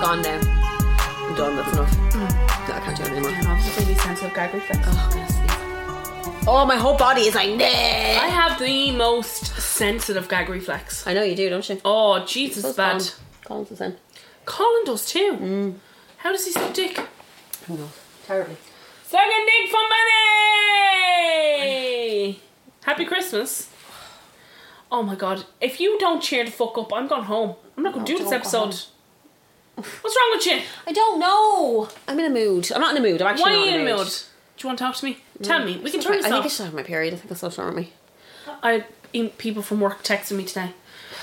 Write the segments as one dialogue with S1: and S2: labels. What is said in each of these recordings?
S1: gone now. I'm done, that's enough. No, I can't do it anymore.
S2: I'm obviously these sensitive gag reflex.
S1: Oh, goodness. Oh, my whole body is like,
S2: I
S1: nah.
S2: have the most sensitive gag reflex.
S1: I know you do, don't you?
S2: Oh, Jesus,
S1: That's
S2: bad.
S1: Colin. Colin's the same.
S2: Colin does too.
S1: Mm.
S2: How does he suck dick?
S1: I know. Terribly.
S2: Sucking dick for money! Happy Christmas. Oh my god. If you don't cheer the fuck up, I'm going home. I'm not going to
S1: No,
S2: do this
S1: don't go
S2: episode. What's wrong with you?
S1: I don't know. I'm in a mood. I'm not in a mood. I'm actually
S2: Why
S1: not Mm.
S2: are you in a mood? Do you want to talk to me? Tell me. We can turn
S1: I
S2: this
S1: think I
S2: off.
S1: should have my period. I think that's what's wrong with me.
S2: I em- people from work texting me today.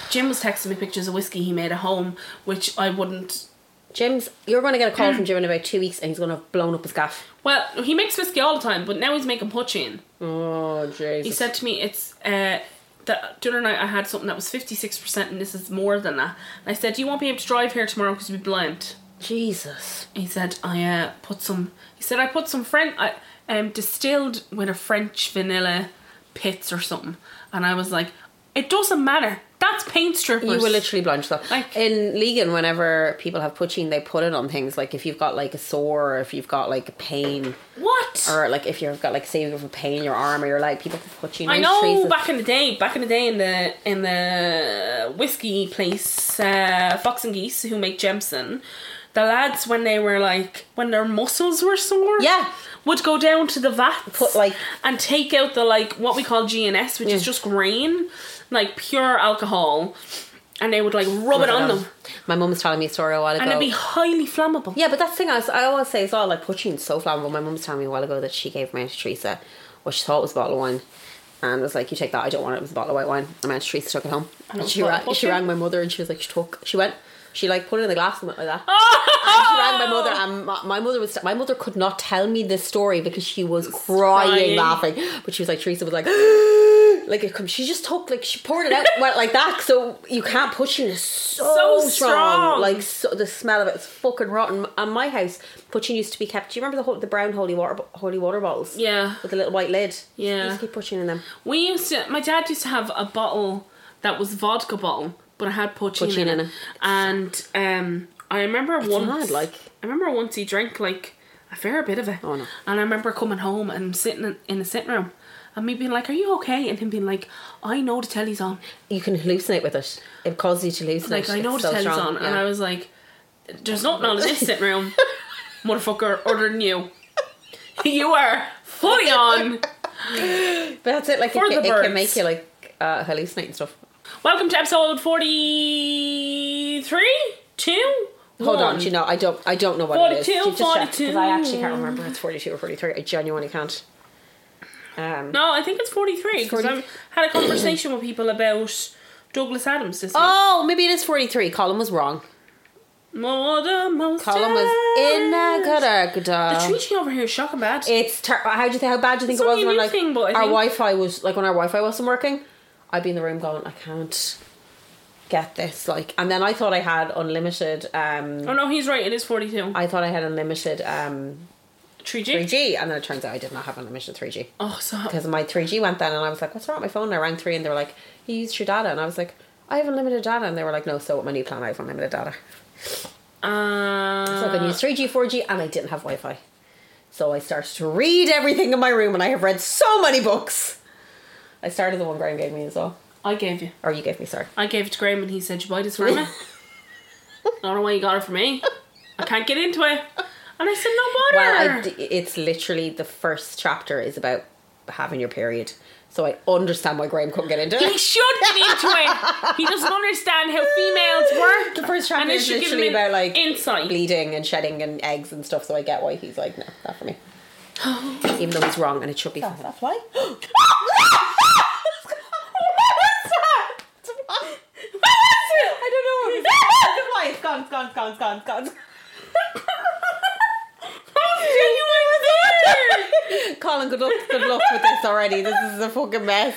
S2: Jim was texting me pictures of whiskey he made at home, which I wouldn't.
S1: Jim's, you're going to get a call from Jim in about two weeks, and he's going to have blown up his gaff.
S2: Well, he makes whiskey all the time, but now he's making poaching.
S1: Oh Jesus!
S2: He said to me, "It's uh, that the other night I had something that was fifty six percent, and this is more than that." And I said, "You won't be able to drive here tomorrow because you'll be blind."
S1: "Jesus."
S2: He said, "I uh, put some." He said, "I put some French, I um, distilled with a French vanilla pits or something," and I was like, "It doesn't matter. That's paint strippers."
S1: You were literally blind to that.
S2: Like-
S1: in Legan, whenever people have poaching, they put it on things like if you've got like a sore, or if you've got like a pain,
S2: what?
S1: or like if you've got like say you have a pain in your arm or your leg, people put poaching.
S2: I
S1: on
S2: know.
S1: trees.
S2: Back in the day, back in the day, in the in the whiskey place, uh, Fox and Geese, who make Jemson, the lads when they were like when their muscles were sore,
S1: Yeah.
S2: would go down to the vats,
S1: Put, like-
S2: and take out the like what we call GNS, which is
S1: Yeah.
S2: just grain, like pure alcohol, and they would like rub it on them,
S1: My mum was telling me a story a while ago.
S2: and it'd be highly flammable.
S1: Yeah, but that's the thing I, was- I always say as well, like poaching is so flammable. My mum was telling me a while ago that she gave mine to Teresa, what she thought was a bottle of wine. And was like, you take that, I don't want it, it was a bottle of white wine. And my aunt Teresa took it home.
S2: And it
S1: And
S2: was
S1: she,
S2: full
S1: ra-
S2: of
S1: she
S2: poaching?
S1: rang my mother and she was like, she took, she went, she like put it in the glass and went like that.
S2: Oh!
S1: She rang my mother and my, my mother was, my mother could not tell me this story because she was crying,
S2: crying.
S1: laughing. But she was like, Teresa was like, like it come, she just took, like she poured it out went like that. So you can't, poaching is so,
S2: So
S1: strong.
S2: strong.
S1: Like so, the smell of it's fucking rotten. And my house, poaching used to be kept. Do you remember the whole, the brown holy water bo- holy water bottles?
S2: Yeah.
S1: with the little white lid.
S2: Yeah.
S1: you used to keep poaching in them.
S2: We used to. My dad used to have a bottle that was vodka bottle, but it had poaching
S1: Poaching in
S2: in, it.
S1: it.
S2: And um, I remember once,
S1: mad, like.
S2: I remember once he drank like a fair bit of it.
S1: Oh, no.
S2: And I remember coming home and sitting in, in the sitting room, and me being like, "Are you okay?" And him being like, "I know the telly's on.
S1: You can hallucinate with it. It causes you to hallucinate.
S2: Like I know
S1: It's
S2: the
S1: so
S2: telly's
S1: strong.
S2: on."
S1: Yeah.
S2: And I was like, "There's nothing on in this sitting room, motherfucker, other than you. you are fully on."
S1: But that's it. Like it,
S2: For
S1: ca-
S2: the
S1: it can
S2: birds.
S1: make you like uh, hallucinate and stuff.
S2: Welcome to episode 43? 2?
S1: Hold on, do you know, I don't, I don't know what it is.
S2: 42,
S1: You just check, 'cause I
S2: 42.
S1: actually can't remember. if It's forty-two or forty-three. I genuinely can't. Um,
S2: No, I think it's 43 because I
S1: 43.
S2: had a conversation with people about Douglas Adams this week.
S1: Oh, maybe it is forty-three. Colin was wrong.
S2: More the most
S1: Colin was in uh, a gutter.
S2: The
S1: gutter.
S2: treating over here is shocking bad.
S1: It's ter- how do you think? How bad do you think
S2: It's
S1: it was
S2: only a
S1: when
S2: new
S1: like
S2: thing, but I
S1: our
S2: think-
S1: Wi-Fi was like when our Wi-Fi wasn't working? I'd be in the room going, I can't get this. Like, and then I thought I had unlimited. um
S2: oh no, he's right, it is 42.
S1: I thought I had unlimited um
S2: 3G?
S1: 3G, and then it turns out I did not have unlimited 3G.
S2: Oh, so.
S1: because my 3G went down and I was like, what's wrong with my phone? And I rang three and they were like, you used your data. And I was like, I have unlimited data. And they were like, no, so with my new plan, I have unlimited data.
S2: Uh,
S1: So I can use 3G, 4G, and I didn't have Wi Fi. So I started to read everything in my room and I have read so many books. I started the one Graham gave me as well.
S2: I gave you.
S1: Or you gave me, sorry.
S2: I gave it to Graham and he said, You buy this for me? I don't know why you got it for me. I can't get into it. And I said, No bother.
S1: Well, I d it's literally the first chapter is about having your period. So I understand why Graham couldn't get into
S2: He
S1: it.
S2: should get into it. He doesn't understand how females work.
S1: The first
S2: And
S1: chapter
S2: it
S1: is
S2: should give
S1: literally
S2: him
S1: about like
S2: insight.
S1: bleeding and shedding and eggs and stuff. So I get why he's like, no, not for me. Even though he's wrong, and it should be. for
S3: That's why.
S1: I don't know.
S3: Why it's gone, it's gone, it's gone, it's gone, it's gone.
S1: Colin, good luck, good luck with this already. This is a fucking mess.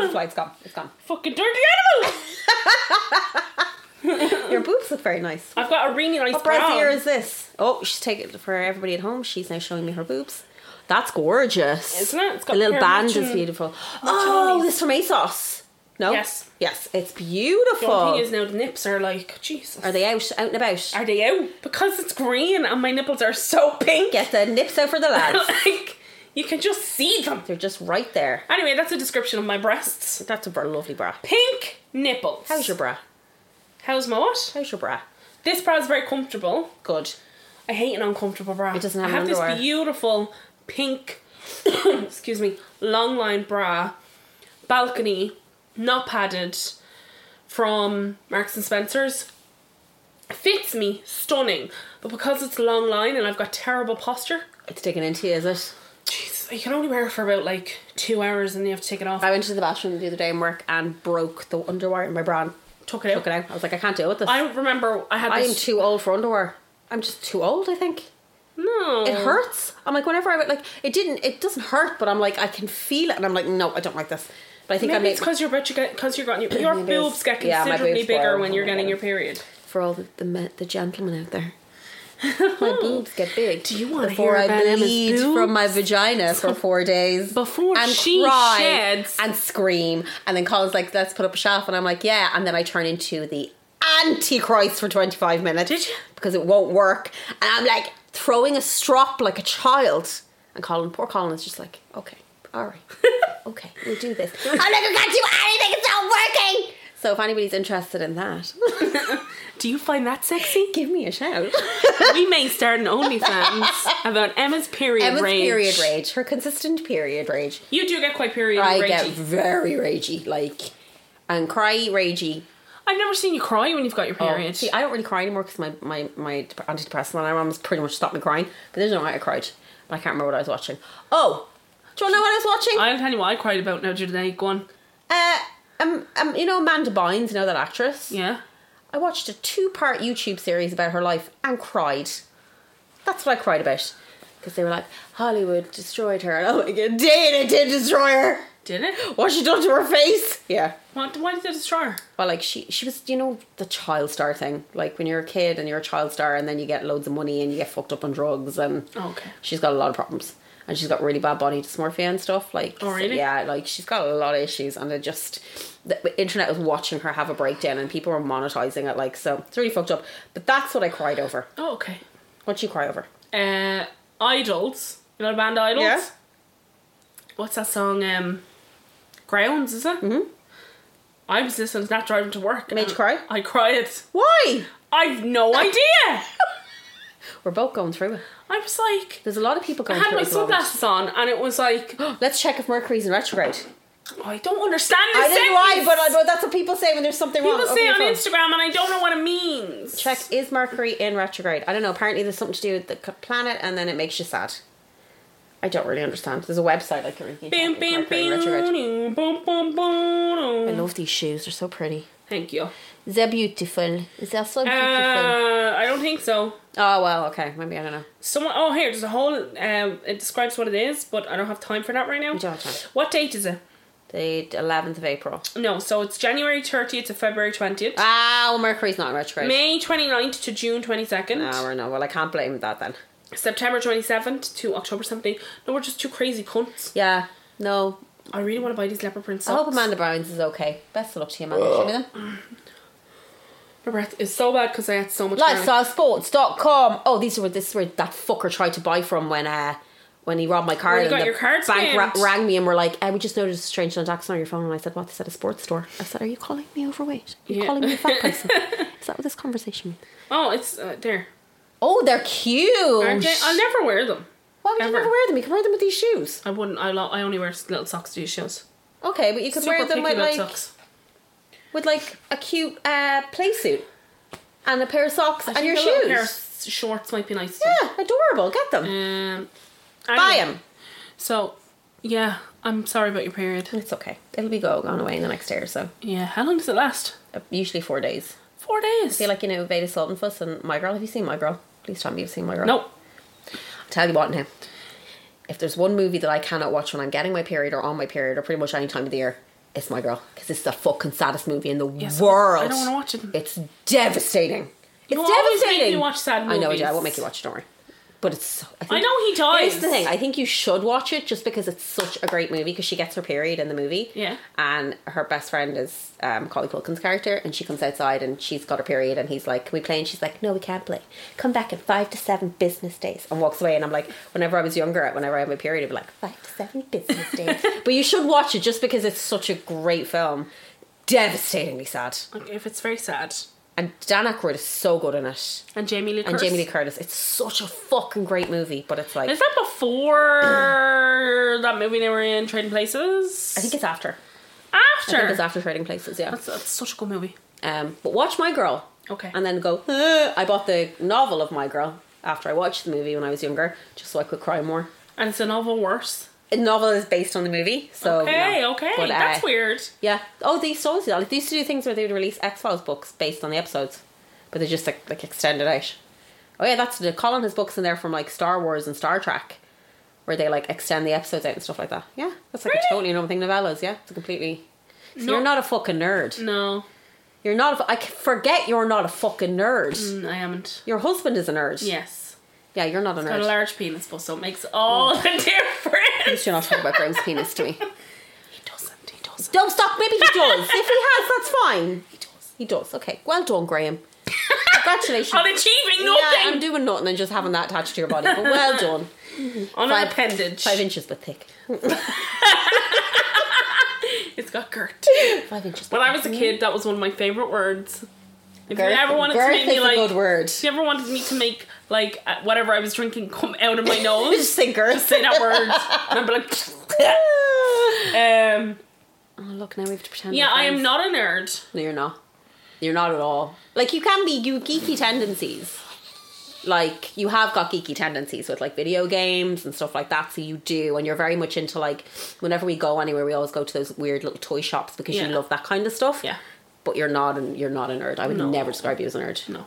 S1: That's why it's gone. It's gone.
S2: Fucking dirty animal.
S1: Your boobs look very nice.
S2: I've got a really nice
S1: What brassiere
S2: bra.
S1: is this? Oh, she's taking for everybody at home. She's now showing me her boobs. That's gorgeous,
S2: Isn't it? It's got
S1: the little
S2: pair
S1: band
S2: matching-
S1: is beautiful. Oh,
S2: ollies.
S1: this from ASOS. No.
S2: Yes.
S1: Yes. It's
S2: The
S1: beautiful.
S2: only thing is now the nips are like Jesus.
S1: Are they out, out and about?
S2: Are they out? Because it's green and my nipples are so pink.
S1: Get the nips out for the lads.
S2: like you can just see them.
S1: They're just right there.
S2: Anyway, that's a description of my breasts.
S1: That's a bra- lovely bra.
S2: Pink nipples.
S1: How's your bra?
S2: How's my what?
S1: How's your bra?
S2: This bra's very comfortable.
S1: Good.
S2: I hate an uncomfortable bra.
S1: It doesn't have
S2: I have
S1: underwear.
S2: this beautiful pink, excuse me, long line bra, balcony, not padded, from Marks and Spencers. Fits me stunning, but because it's long line and I've got terrible posture,
S1: It's sticking into you, is it?
S2: jeez, you can only wear it for about like two hours and you have to take it off.
S1: I went to the bathroom the other day in work and broke the underwear in my bra. and
S2: took it out.
S1: Took it out. I was like, I can't deal with this.
S2: I remember I had
S1: I am
S2: this.
S1: too old for underwear. I'm just too old, I think.
S2: no,
S1: It hurts. I'm like, whenever I would like, it didn't, it doesn't hurt, but I'm like, I can feel it. And I'm like, no, I don't like this. But I think I
S2: Maybe
S1: made
S2: it's because you're about to get because you're getting your, your
S1: Maybe it's-
S2: boobs get
S1: yeah, my
S2: considerably
S1: boobs
S2: bigger
S1: grow
S2: when you're
S1: when I
S2: getting
S1: get
S2: your
S1: it.
S2: period.
S1: for all the, the, men- the gentlemen out there. My boobs get big.
S2: Do you wanna
S1: before
S2: hear
S1: I
S2: about Emma's
S1: bleed
S2: boobs?
S1: from my vagina for four days
S2: Before
S1: and
S2: she
S1: cry
S2: sheds.
S1: and scream, and then Colin's like, "Let's put up a shelf," and I'm like, "Yeah," and then I turn into the Antichrist for 25 minutes
S2: Did you?
S1: because it won't work, and I'm like throwing a strop like a child, and Colin, poor Colin, is just like, "Okay, all right, okay, we'll do this." I'm like, "I can't do anything; it's not working." So if anybody's interested in that,
S2: Do you find that sexy?
S1: give me a shout.
S2: we may start an OnlyFans about Emma's period
S1: Emma's
S2: rage.
S1: period rage. Her consistent period rage.
S2: You do get quite period
S1: I
S2: ragey.
S1: get very ragey, like, and cry ragey.
S2: I've never seen you cry when you've got your period.
S1: Oh. See, I don't really cry anymore because my my my dep- antidepressant and my mum's pretty much stopped me crying. But there's no night I cried, but I can't remember what I was watching. Oh, do you want to know what I was watching?
S2: I, will tell you what I cried about now today. Go on.
S1: uh, um, um, you know Amanda Bynes, you know that actress.
S2: Yeah.
S1: I watched a two-part YouTube series about her life and cried. That's what I cried about because they were like Hollywood destroyed her, and I'm like, it did, it did destroy her.
S2: Did it?
S1: What she done to her face? Yeah.
S2: What? Why did they destroy her?
S1: Well, like she, she was, you know, the child star thing. Like when you're a kid and you're a child star, and then you get loads of money and you get fucked up on drugs, and
S2: Okay.
S1: she's got a lot of problems, and she's got really bad body dysmorphia and stuff. Like,
S2: Oh,
S1: so,
S2: really?
S1: yeah, like she's got a lot of issues, and it just the internet was watching her have a breakdown, and people were monetizing it. Like, so it's really fucked up. But that's what I cried over.
S2: Oh, okay.
S1: What'd you cry over?
S2: Uh, idols. You know the band Idols.
S1: Yeah.
S2: What's that song? Um, Grounds is it? Mm-hmm. I was listening to that driving to work.
S1: Made
S2: and
S1: you cry?
S2: I cried.
S1: Why?
S2: I've no idea.
S1: We're both going through it.
S2: I was like,
S1: There's a lot of people
S2: I
S1: going
S2: had
S1: through
S2: my
S1: it. at the moment.
S2: sunglasses on, and it was like, oh,
S1: Let's check if Mercury's in retrograde.
S2: I don't understand this.
S1: I don't know why,
S2: sentence.
S1: but, uh, I, but that's what people say when there's something wrong.
S2: people
S1: Open
S2: say
S1: your
S2: on
S1: phone.
S2: Instagram, and I don't know what it means.
S1: Check is Mercury in retrograde? I don't know. Apparently, there's something to do with the c- planet, and then it makes you sad. I don't really understand. There's a website I can read. you
S2: Bim,
S1: about
S2: bim,
S1: Mercury in
S2: bim,
S1: retrograde.
S2: doo, bum,
S1: I
S2: bum, bum, doo.
S1: love these shoes. They're so pretty.
S2: Thank you.
S1: They're beautiful. They're so
S2: Uh,
S1: beautiful.
S2: I don't think so.
S1: oh well, okay. Maybe I don't know.
S2: Someone, oh, here, there's a whole, um, it describes what it is, but I don't have time for that right now.
S1: don't have time.
S2: What date is it?
S1: The 11th of April.
S2: No, so it's January 30th to February 20th,
S1: Ah, well, Mercury's not in retrograde.
S2: May 29th to June 22nd,
S1: No, we're not. Well, I can't blame that then.
S2: September 27th to October 17th. No, we're just two crazy cunts.
S1: Yeah. No.
S2: I really want to buy these leopard print
S1: I
S2: socks.
S1: hope Amanda Browns is okay. Best of luck to you, Amanda. Show me them.
S2: My breath is so bad because I had so much. Lifestyle.
S1: lifestylesports.com oh these are where this is where that fucker tried to buy from when uh when he robbed my card
S2: When he
S1: and
S2: got
S1: the
S2: your card
S1: bank ra-
S2: scammed.
S1: rang me and were like uh, we just noticed a strange transaction on your phone and I said what they said a sports store I said are you calling me overweight are you
S2: Yeah.
S1: calling me a fat person is that what this conversation means
S2: Oh, it's uh, there.
S1: oh they're cute
S2: Aren't they? I'll never wear them.
S1: why would you
S2: ever.
S1: never wear them you can wear them with these shoes
S2: I wouldn't. I, lo- I only wear little socks to these shoes.
S1: okay but you could
S2: Super
S1: wear them
S2: picky
S1: with
S2: little
S1: like
S2: socks.
S1: with like a cute uh play suit and a pair of socks
S2: I
S1: and your
S2: think a little pair of
S1: shoes
S2: s- shorts might be nice.
S1: yeah adorable get them
S2: Um,
S1: buy
S2: anyway,
S1: them
S2: So, yeah, I'm sorry about your period.
S1: It's okay. It'll be go gone away in the next day or so.
S2: Yeah, how long does it last?
S1: Uh, Usually four days.
S2: Four days.
S1: I feel like you know Veda Sultanfuss and My Girl. Have you seen My Girl? Please tell me you've seen My Girl.
S2: no.
S1: I'll tell you what now. If there's one movie that I cannot watch when I'm getting my period or on my period or pretty much any time of the year, it's My Girl. Because it's the fucking saddest movie in the
S2: Yes,
S1: world.
S2: I don't wanna watch it.
S1: It's devastating. It's
S2: You always make
S1: devastating.
S2: me watch sad
S1: I know I do. I
S2: movies.
S1: won't make you watch it, don't worry. but it's so. I,
S2: I
S1: think,
S2: know he dies.
S1: Here's the thing. I think you should watch it just because it's such a great movie because she gets her period in the movie.
S2: Yeah.
S1: And her best friend is um, Collie Culkin's character, and she comes outside and she's got her period, and he's like, "Can we play?" And she's like, "No, we can't play. Come back in five to seven business days," and walks away. And I'm like, whenever I was younger, whenever I had my period, I'd be like, five to seven business days. but you should watch it just because it's such a great film. Devastatingly sad,
S2: Like, if it's very sad.
S1: and Dan Aykroyd is so good in it.
S2: And Jamie Lee
S1: And
S2: Curtis.
S1: Jamie Lee Curtis. It's such a fucking great movie, but it's like
S2: Is that before that movie they were in, Trading Places?
S1: I think it's after.
S2: after.
S1: I think it's after Trading Places, yeah.
S2: That's, that's such a good movie.
S1: Um, but watch My Girl.
S2: Okay.
S1: And then go, "Uh," I bought the novel of My Girl after I watched the movie when I was younger, just so I could cry more.
S2: And it's a novel worse.
S1: The novel is based on the movie, so.
S2: okay,
S1: no.
S2: okay.
S1: But, uh,
S2: That's weird.
S1: Yeah. Oh, they used to always do that. Like, they used to do things where they would release X Files books based on the episodes, but they just like, like extended out. Oh yeah, that's the Colin has books in there from like Star Wars and Star Trek, where they like extend the episodes out and stuff like that. Yeah, that's like
S2: Really?
S1: a totally normal thing. Novellas, yeah, it's a completely. So
S2: No.
S1: You're not a fucking nerd.
S2: No,
S1: You're not. A, fu- I c- forget you're not a fucking nerd.
S2: mm, I haven't.
S1: Your husband is a nerd.
S2: Yes.
S1: Yeah, you're not a
S2: Got a
S1: nerd.
S2: large penis, but so it makes all the difference.
S1: You're not talking about Graham's penis to me.
S2: He doesn't. He doesn't.
S1: Don't stop. Maybe he does. If he has, that's fine.
S2: He does.
S1: He does. Okay. Well done, Graham. Congratulations.
S2: On achieving
S1: Yeah, I'm
S2: nothing.
S1: doing nothing and just having that attached to your body. But well done.
S2: on an
S1: five-
S2: appendage.
S1: Five inches but thick.
S2: it's got girt.
S1: Five inches.
S2: When I was a kid, that was one of my favorite words. If
S1: Girth-
S2: you ever wanted to
S1: girth
S2: make me
S1: is
S2: like,
S1: a good word.
S2: if you ever wanted me to make like uh, whatever I was drinking come out of my nose,
S1: Just say girth.
S2: say that word, and I'd be like,
S1: oh
S2: um,
S1: look, now we have to pretend.
S2: yeah,
S1: we're
S2: I am
S1: friends.
S2: not a nerd.
S1: No, you're not. You're not at all. Like you can be. You geeky tendencies. Like you have got geeky tendencies with like video games and stuff like that. So you do, and you're very much into like. Whenever we go anywhere, we always go to those weird little toy shops because
S2: Yeah.
S1: you love that kind of stuff.
S2: Yeah,
S1: But you're not. An, you're not a nerd. I would
S2: No.
S1: never describe you as a nerd.
S2: no,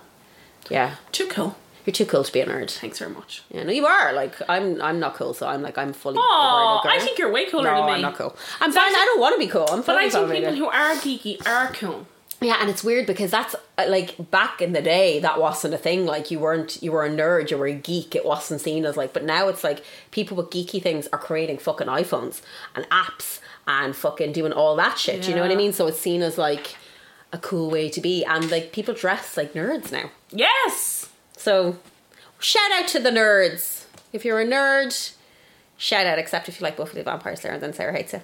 S1: Yeah,
S2: too cool.
S1: you're too cool to be a nerd.
S2: Thanks very much.
S1: Yeah, no, you are. Like, I'm I'm not cool, so I'm like, I'm fully.
S2: Oh,
S1: a girl.
S2: I think you're way cooler
S1: no,
S2: than me.
S1: I'm not cool. I'm fine. I don't want to be cool. I'm
S2: But
S1: fully
S2: I think people
S1: validated.
S2: who are geeky are cool.
S1: Yeah, and it's weird because that's uh, like back in the day, that wasn't a thing. Like, you weren't, you were a nerd, you were a geek. It wasn't seen as like. But now it's like people with geeky things are creating fucking iPhones and apps and fucking doing all that shit. You know what I
S2: Yeah.
S1: mean? So it's seen as like a cool way to be, and like people dress like nerds now.
S2: Yes.
S1: So, shout out to the nerds. If you're a nerd, shout out, except if you like Buffy the Vampire Slayer and then Sarah hates you.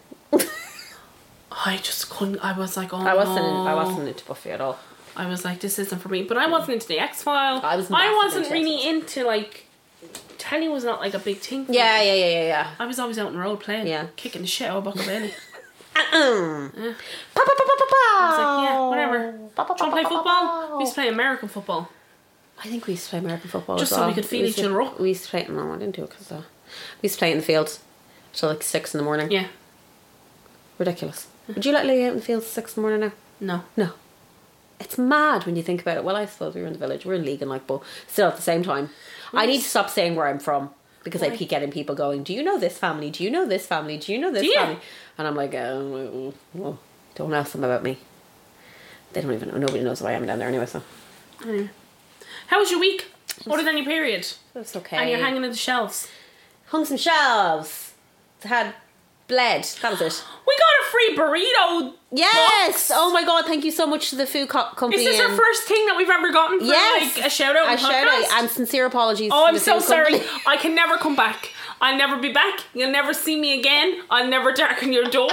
S2: I just couldn't. I was like, oh,
S1: I wasn't, I
S2: no.
S1: wasn't into Buffy at all.
S2: I was like, this isn't for me. But I wasn't into the X File.
S1: I was
S2: I
S1: massive
S2: wasn't
S1: into
S2: really into like. Telly was not like a big thing. for
S1: Yeah,
S2: me.
S1: yeah, yeah, yeah, yeah.
S2: I was always out on the road playing.
S1: Yeah.
S2: Kicking the shit out of Buckle Bailey.
S1: Um, Pa, pa, pa, pa, pa,
S2: I was
S1: pa.
S2: like, yeah, whatever. Do you
S1: Pa, pa,
S2: want to
S1: pa,
S2: play
S1: pa, pa,
S2: football?
S1: pa.
S2: We used to play American football.
S1: I think we used to play American football
S2: Just
S1: as
S2: so we
S1: well.
S2: could feed
S1: used
S2: each
S1: to-
S2: other up.
S1: We used to play. No, I didn't do it because uh, we used to play in the field till like six in the morning.
S2: Yeah.
S1: ridiculous. Would you let Lily out in the field at six in the morning now?
S2: No.
S1: No. It's mad when you think about it. Well, I suppose we were in the village, we we're in League and like, but still at the same time. I need to stop saying where I'm from because I
S2: Why?
S1: keep getting people going, Do you know this family? Do you know this family? Do you know this
S2: Do you?
S1: family? And I'm like, oh, oh, Don't ask them about me. They don't even know. Nobody knows who I am down there anyway, so.
S2: How was your week? Other than your period.
S1: That's okay.
S2: And you're hanging in the shelves.
S1: Hung some shelves. Had bled. That was it.
S2: We got a free burrito.
S1: Yes! Oh my god, thank you so much to the food co- company.
S2: Is this our
S1: and-
S2: first thing that we've ever gotten for
S1: Yes.
S2: like a shout out?
S1: A
S2: and
S1: shout out
S2: podcast?
S1: and sincere apologies.
S2: Oh,
S1: to
S2: I'm
S1: the
S2: so
S1: food
S2: sorry.
S1: company.
S2: I can never come back. I'll never be back. You'll never see me again. I'll never darken your door.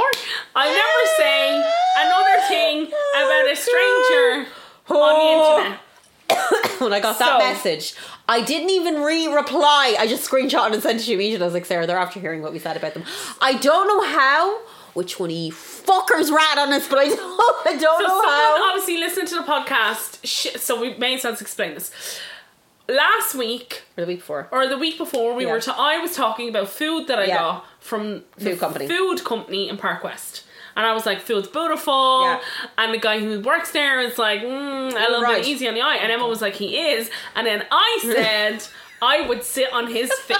S2: I'll never say another thing about a stranger
S1: Oh.
S2: on the internet.
S1: when I got
S2: So-
S1: that message, I didn't even re-reply. I just screenshotted and sent it to you immediately. I was like, Sarah, they're after hearing what we said about them. I don't know how, which one of you fuckers rat on us, but I don't, I don't
S2: So
S1: know
S2: someone
S1: how.
S2: obviously listened to the podcast. Sh- so we may as well explain this. Last week
S1: Or the week before.
S2: or the week before, we
S1: Yeah.
S2: were. Ta- I was talking about food that I
S1: Yeah.
S2: got from the
S1: Food company.
S2: food company in Park West. And I was like, food's beautiful.
S1: Yeah.
S2: And the guy who works there is like, mm, a little
S1: Right.
S2: bit easy on the eye. And Emma was like, he is. And then I said, I would sit on his face.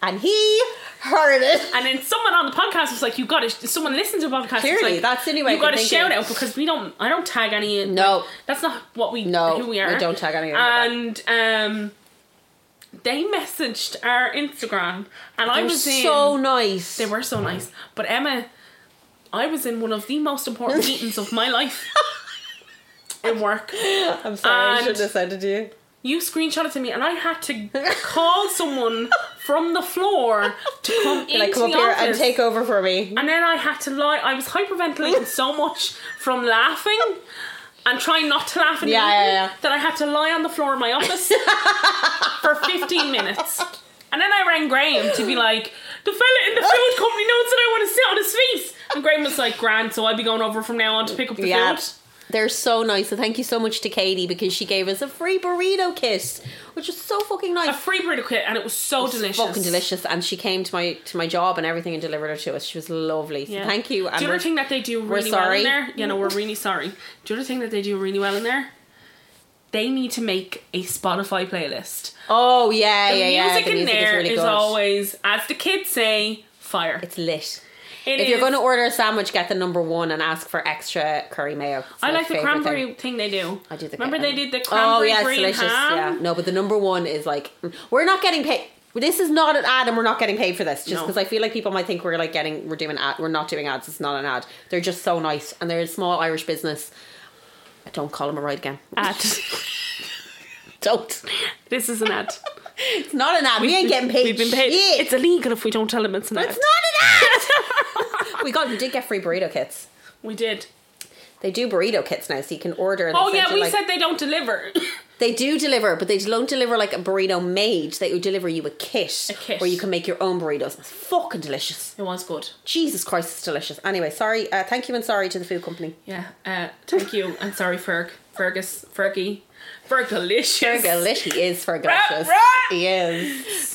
S1: And he heard it.
S2: And then someone on the podcast was like, "You got to." Someone listened to the podcast. was
S1: Clearly,
S2: like,
S1: that's the only way I
S2: You
S1: can
S2: got to
S1: think
S2: shout
S1: of-
S2: out because we don't. I don't tag any.
S1: No.
S2: like, that's not what we.
S1: No,
S2: who we are.
S1: I don't tag anyone like
S2: And um, They messaged our Instagram, and I
S1: They're
S2: was in-
S1: so nice.
S2: They were so nice, but Emma, I was in one of the most important meetings of my life. In work,
S3: I'm sorry, I
S2: And-
S3: shouldn't have said it to you.
S2: you screenshotted to me, and I had to call someone from the floor to come into
S3: Like, come up
S2: the
S3: here
S2: office.
S3: and take over for me.
S2: And then I had to lie. I was hyperventilating so much from laughing and trying not to laugh in the
S3: Yeah, yeah,
S2: meeting
S3: yeah.
S2: that I had to lie on the floor of my office for 15 minutes. And then I rang Graham to be like, the fella in the food company knows that I want to sit on his feet. And Graham was like, grand, so I'll be going over from now on to pick up the
S1: Yeah.
S2: food.
S1: They're so nice. So thank you so much to Katie because she gave us a free burrito kiss, which is so fucking
S2: A
S1: nice.
S2: free burrito kit, and it was so delicious.
S1: Fucking delicious. And she came to my to my job and everything and delivered it to us. She was lovely. So
S2: Yeah.
S1: thank you. And
S2: The other
S1: we're-
S2: thing that they do really well
S1: sorry.
S2: in there, yeah, no, we're really sorry. The other thing that they do really well in there, they need to make a Spotify playlist.
S1: oh yeah,
S2: The
S1: yeah, yeah.
S2: music
S1: the
S2: in
S1: music
S2: there
S1: is
S2: is
S1: really good.
S2: always, as the kids say, fire.
S1: it's lit.
S2: It
S1: if you're
S2: is-
S1: going to order a sandwich, get the number one and ask for extra curry mayo. It's
S2: I
S1: my
S2: like the
S1: favourite
S2: cranberry
S1: Thing.
S2: thing. they do.
S1: I do the
S2: Remember they
S1: cranberry.
S2: did the
S1: Oh
S2: cranberry
S1: yeah, it's
S2: green
S1: delicious.
S2: ham.
S1: Yeah, no, but the number one is like we're not getting paid. This is not an ad, and we're not getting paid for this. Just
S2: No.
S1: because I feel like people might think we're like getting we're doing ad. We're not doing ads. It's not an ad. They're just so nice, and they're a small Irish business. Don't call them a ride again.
S2: Ad.
S1: Don't.
S2: this is an ad.
S1: It's not an ad. We, ain't getting paid.
S2: We've been paid.
S1: shit.
S2: It's illegal if we don't tell them it's an ad.
S1: It's not an ad. we got. We did get free burrito kits.
S2: We did.
S1: They do burrito kits now, so you can order. And
S2: Oh
S1: they'll send
S2: yeah,
S1: you,
S2: we
S1: like-
S2: said they don't deliver.
S1: They do deliver, but they don't deliver like a burrito made. They deliver you a kit,
S2: A kit.
S1: where you can make your own burritos. It's fucking delicious.
S2: it was good.
S1: Jesus Christ, it's delicious. Anyway, sorry. Uh, thank you and sorry to the food company.
S2: Yeah. Uh, thank you. I'm sorry, Ferg. Fergus. Fergie. Fergalicious.
S1: Fergalicious. He is
S2: Rah,
S1: Fergalicious.
S2: rah.
S1: He is.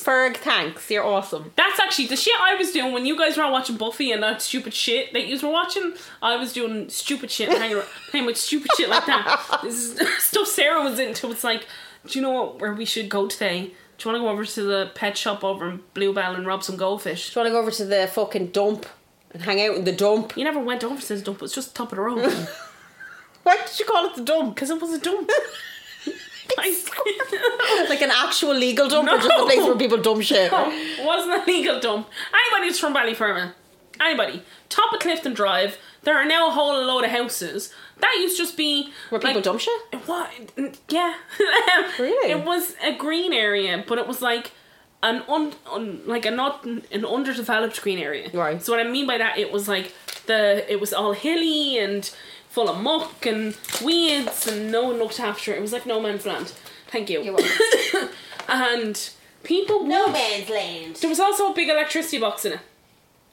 S1: Ferg, thanks. You're awesome.
S2: That's actually the shit I was doing when you guys were watching Buffy and that stupid shit that you were watching. I was doing stupid shit, and hanging, ar- hanging with stupid shit like that. This is stuff Sarah was into. It's like, do you know what, where we should go today? Do you want to go over to the pet shop over in Bluebell and rob some goldfish?
S1: Do you want to go over to the fucking dump and hang out in the dump?
S2: You never went over to the dump. It was just top of the road
S1: Why did you call it the dump?
S2: because it was a dump. Like-
S1: Like an actual legal dump or just
S2: No.
S1: a place where people dump shit?
S2: No, it wasn't a legal dump. Anybody that's from Ballyferma, anybody, top of Clifton Drive, there are now a whole load of houses. That used to just be
S1: Where people
S2: like,
S1: dump shit?
S2: What? Yeah.
S1: Really?
S2: It was a green area, but it was like an un, un like a not an underdeveloped green area.
S1: Right.
S2: So what I mean by that, it was like the it was all hilly and full of muck and weeds, and no one looked after it. It was like no man's land. Thank you. and people would-
S1: man's land.
S2: there was also a big electricity box in it,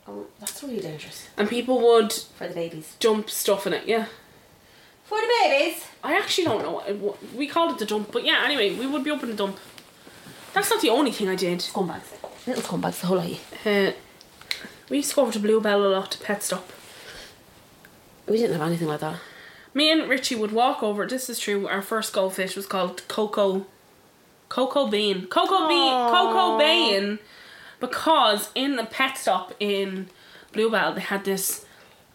S1: Oh, that's really dangerous
S2: and people would
S1: for the babies.
S2: dump stuff in it. Yeah.
S1: For the babies.
S2: I actually don't know. what it wa- We called it the dump, but yeah. Anyway, we would be up in the dump. That's not the only thing I did.
S1: Scumbags. Little scumbags, the whole lot of you.
S2: Uh, we used to go over to Bluebell a lot to pet stop.
S1: We didn't have anything like that.
S2: Me and Richie would walk over. This is true. Our first goldfish was called Coco. Coco Bean. Coco Bean. Coco Bean. Because in the pet stop in Bluebell, they had this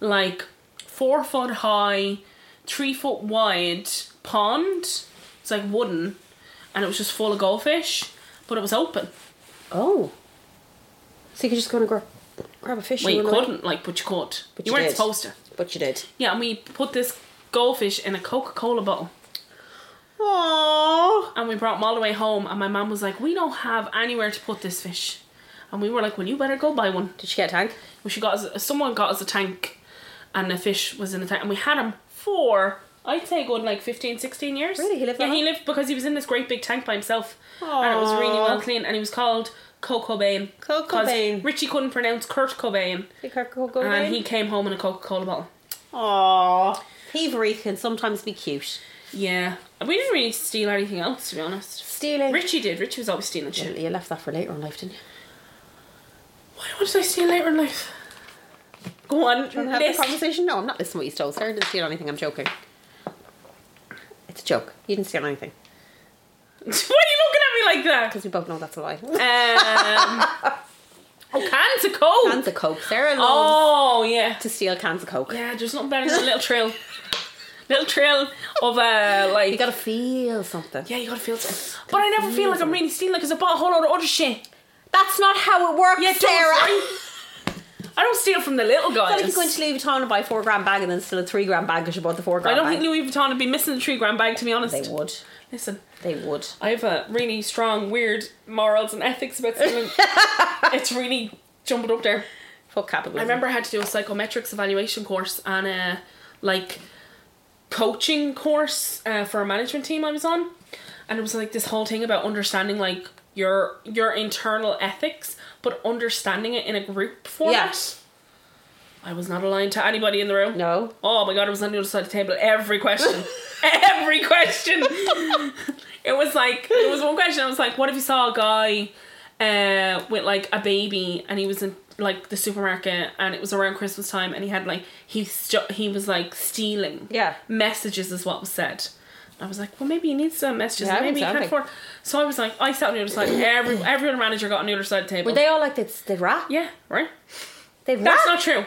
S2: like four foot high, three foot wide pond. It's like wooden, and it was just full of goldfish, but it was open.
S1: Oh. So you could just go and grab, grab a fish.
S2: Well, you
S1: wouldn't
S2: couldn't like, but you could.
S1: But
S2: you
S1: you
S2: weren't
S1: did.
S2: supposed to.
S1: it? But you did.
S2: Yeah, and we put this goldfish in a Coca Cola bottle.
S1: Aww.
S2: And we brought them all the way home, and my mum was like, We don't have anywhere to put this fish. And we were like, Well, you better go buy one.
S1: Did you get a tank?
S2: Well, she got us, someone got us a tank, and the fish was in the tank. And we had him for, I'd say, good like 15, 16 years.
S1: Really? He lived that
S2: Yeah, he
S1: long?
S2: lived because he was in this great big tank by himself. And it was really
S1: Aw.
S2: well clean, and he was called Kurt Cobain.
S1: Kurt
S2: 'Cause
S1: Cobain.
S2: Richie couldn't pronounce Kurt Cobain, and he came home in a Coca Cola bottle.
S1: Aww. Thievery can sometimes be cute.
S2: Yeah. We didn't really steal anything else, to be honest.
S1: Stealing.
S2: Richie did. Richie was always stealing shit.
S1: You left that for later in life, didn't you?
S2: Why would I steal later in life? Go on,
S1: Do you want to have a
S2: list.
S1: conversation? No, I'm not listening to what you stole. Sarah didn't steal anything. I'm joking. It's a joke. You didn't steal anything.
S2: Why are you looking at me like that?
S1: Because we both know that's a lie.
S2: Um, oh, cans of coke.
S1: cans of Coke. Sarah loves
S2: oh, yeah.
S1: to steal cans of Coke.
S2: Yeah, there's nothing better than a little trail. little trail of uh, like
S1: You gotta feel something.
S2: yeah, you gotta feel something. But I never feel like I'm really stealing because I bought a whole lot of other shit.
S1: That's not how it works,
S2: Yeah, don't
S1: Sarah.
S2: worry. I don't steal from the little
S1: I
S2: guys.
S1: think you're going to Louis Vuitton and buy a four grand bag and then still a three grand bag because you bought the four
S2: I
S1: grand
S2: don't
S1: bag.
S2: think Louis Vuitton would be missing the three grand bag to be honest.
S1: they would.
S2: Listen,
S1: They would.
S2: I have a really strong, weird morals and ethics about stealing. it's really jumping up there.
S1: Fuck capitalism.
S2: I remember I had to do a psychometrics evaluation course and a like coaching course uh, for a management team I was on, and it was like this whole thing about understanding like your your internal ethics, but understanding it in a group format. I was not aligned to anybody in the room.
S1: No.
S2: Oh my god, I was on the other side of the table. Every question, every question. it was like it was one question. I was like, "What if you saw a guy uh, with like a baby and he was in like the supermarket and it was around Christmas time and he had like he stu- he was like stealing
S1: Yeah.
S2: messages is what was said." I was like, well, maybe he needs some messages.
S1: Yeah, I
S2: maybe he
S1: wouldn't
S2: can't
S1: sound like-
S2: afford. So I was like, I sat on the other side. Every every other manager got on the other side of the table.
S1: Were they all like they'd, they'd rat?
S2: yeah, right.
S1: They'd rat.
S2: That's not true.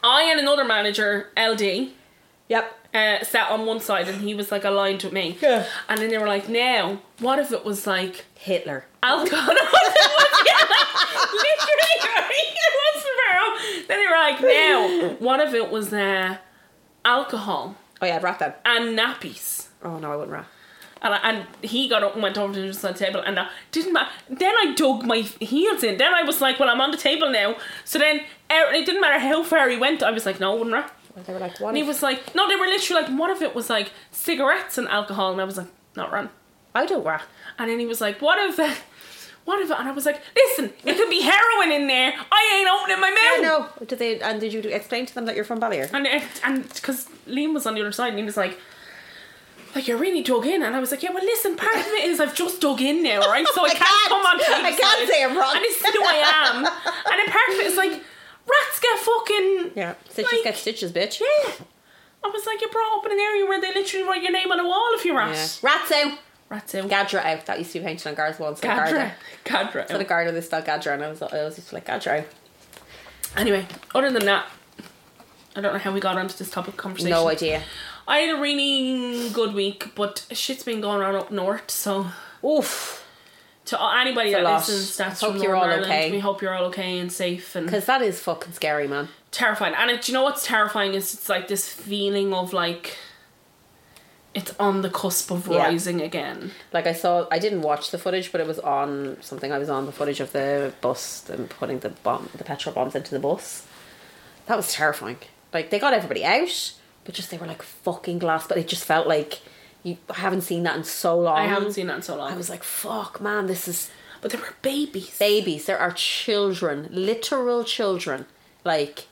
S2: I and another manager, LD,
S1: yep.
S2: uh, sat on one side and he was like aligned with me.
S1: Yeah.
S2: And then they were like, now, what if it was like
S1: Hitler.
S2: alcohol? No, it was- yeah, like, literally, right? It was Romero. Then they were like, now, what if it was uh, alcohol
S1: Oh yeah, I'd rat them.
S2: and nappies?
S1: Oh no, I wouldn't rat.
S2: And, I, and he got up and went over to the other side of the table, and I didn't matter. Then I dug my heels in. Then I was like, "Well, I'm on the table now." So then, er, it didn't matter how far he went. I was like, "No, I wouldn't." Rap.
S1: Well, they were like, what?
S2: And he
S1: If,
S2: was like, no, they were literally like, what if it was like cigarettes and alcohol? And I was like, not run.
S1: I don't rat.
S2: And then he was like, what if, uh, what if? And I was like, listen, it could be heroin in there. I ain't opening my mouth.
S1: I know. Did they? And did you explain to them that you're from Ballier?
S2: And it- and because Liam was on the other side, and he was like. Like you're really dug in, and I was like, yeah. Well, listen, part of it is I've just dug in now, right? So I,
S1: I
S2: can't,
S1: can't.
S2: come on. to the
S1: Oh I
S2: other
S1: can't
S2: side.
S1: say I'm wrong.
S2: And it's who I am. And then part of it is like, rats get fucking
S1: Yeah. Stitches
S2: Like-
S1: get stitches, bitch.
S2: Yeah. I was like, you brought up in an area where they literally write your name on a wall if you're rat.
S1: Yeah. Rats out.
S2: Rats out.
S1: Gadra out. That used to be painted on Gar's wall. Instead of
S2: Gadra.
S1: Garda.
S2: Gadra.
S1: Instead of Garda, they spelled Gadra, and I was, I was just like Gadra. out.
S2: Anyway, other than that, I don't know how we got onto this topic of conversation.
S1: No idea.
S2: I had a really good week, but shit's been going on up north, so
S1: Oof.
S2: to anybody
S1: It's a
S2: that
S1: lot.
S2: listens that's
S1: Hope
S2: from
S1: you're
S2: Northern
S1: all
S2: Ireland,
S1: okay.
S2: we hope you're all okay and safe and
S1: Because that is fucking scary, man.
S2: terrifying. And it, do you know what's terrifying is it's like this feeling of like it's on the cusp of
S1: Yeah.
S2: rising again.
S1: Like I saw, I didn't watch the footage, but it was on something. I was on the footage of the bus and putting the bomb, the petrol bombs into the bus. That was terrifying. Like they got everybody out, but just they were like fucking glass. But it just felt like you I haven't seen that in so long.
S2: I haven't seen that in so long.
S1: Um, I was like, fuck, man, this is
S2: but there were babies.
S1: babies. There are children, literal children, like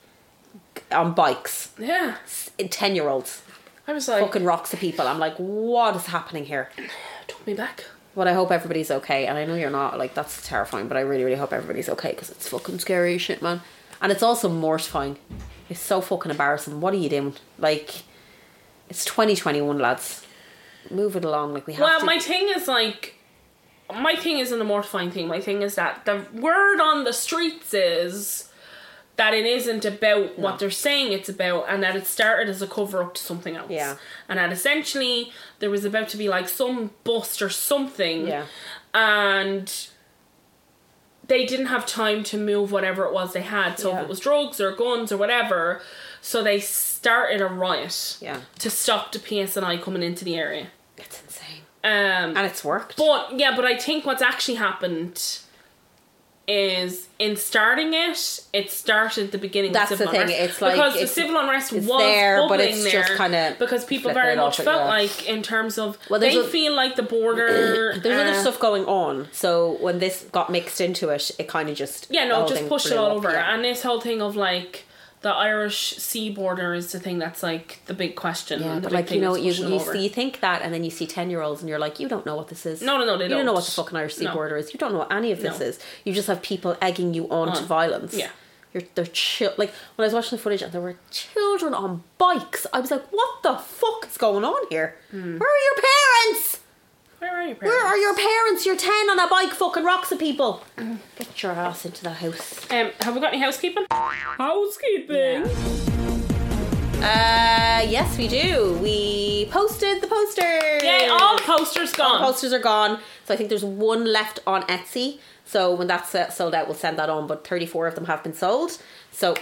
S1: on bikes,
S2: yeah.
S1: ten year olds,
S2: I was like,
S1: fucking rocks of people. I'm like, what is happening here?
S2: took me back.
S1: But I hope everybody's okay, and I know you're not. Like that's terrifying, but I really, really hope everybody's okay because it's fucking scary as shit, man. And it's also mortifying. It's so fucking embarrassing. What are you doing? Like, it's 2021, lads. Move it along. Like we have
S2: Well,
S1: to.
S2: my thing is like, my thing isn't a mortifying thing. My thing is that the word on the streets is that it isn't about what they're saying it's about, and that it started as a cover up to something else.
S1: Yeah.
S2: And that essentially there was about to be like some bust or something.
S1: yeah,
S2: And they didn't have time to move whatever it was they had. So
S1: Yeah.
S2: if it was drugs or guns or whatever, so they started a riot.
S1: yeah,
S2: To stop the PSNI coming into the area.
S1: it's insane,
S2: Um,
S1: and it's worked.
S2: but yeah, but I think what's actually happened is in starting it, it started the beginning.
S1: That's
S2: of civil
S1: the thing,
S2: Unrest.
S1: it's like-
S2: because
S1: it's-
S2: the civil unrest
S1: it's
S2: was
S1: there, but
S2: bubbling
S1: it's
S2: there
S1: just kinda
S2: because people
S1: flipped
S2: very
S1: it
S2: much
S1: off,
S2: felt
S1: yeah.
S2: like in terms of
S1: Well, there's
S2: they
S1: a-
S2: feel like the border.
S1: There's
S2: uh,
S1: other stuff going on, so when this got mixed into it, it kind of just
S2: Yeah,
S1: the
S2: no,
S1: whole
S2: just
S1: thing
S2: push it
S1: blew
S2: all
S1: up,
S2: over.
S1: yeah.
S2: And this whole thing of like the Irish sea border is the thing that's like the big question.
S1: Yeah,
S2: and the
S1: but
S2: big
S1: like you
S2: thing
S1: know,
S2: that's
S1: you
S2: pushing
S1: you,
S2: them over.
S1: see, you think that, and then you see ten year olds, and you're like, you don't know what this is.
S2: No, no, no, they
S1: you don't know what the
S2: don't.
S1: fucking Irish sea
S2: No.
S1: border is. You don't know what any of this
S2: No.
S1: is. You just have people egging you on, to
S2: On.
S1: violence.
S2: Yeah.
S1: you're they're chill. Like when I was watching the footage, and there were children on bikes. I was like, what the fuck is going on here?
S2: Hmm.
S1: Where are your parents?
S2: where are you?
S1: Where are your parents? You're ten on a bike, fucking rocks of people. Get your ass into the house.
S2: Um, have we got any housekeeping? Housekeeping.
S1: Yeah. Uh, yes, we do. We posted the posters.
S2: Yay, all posters gone.
S1: posters are gone. So I think there's one left on Etsy. So when that's uh, sold out, we'll send that on. But 34 of them have been sold. So.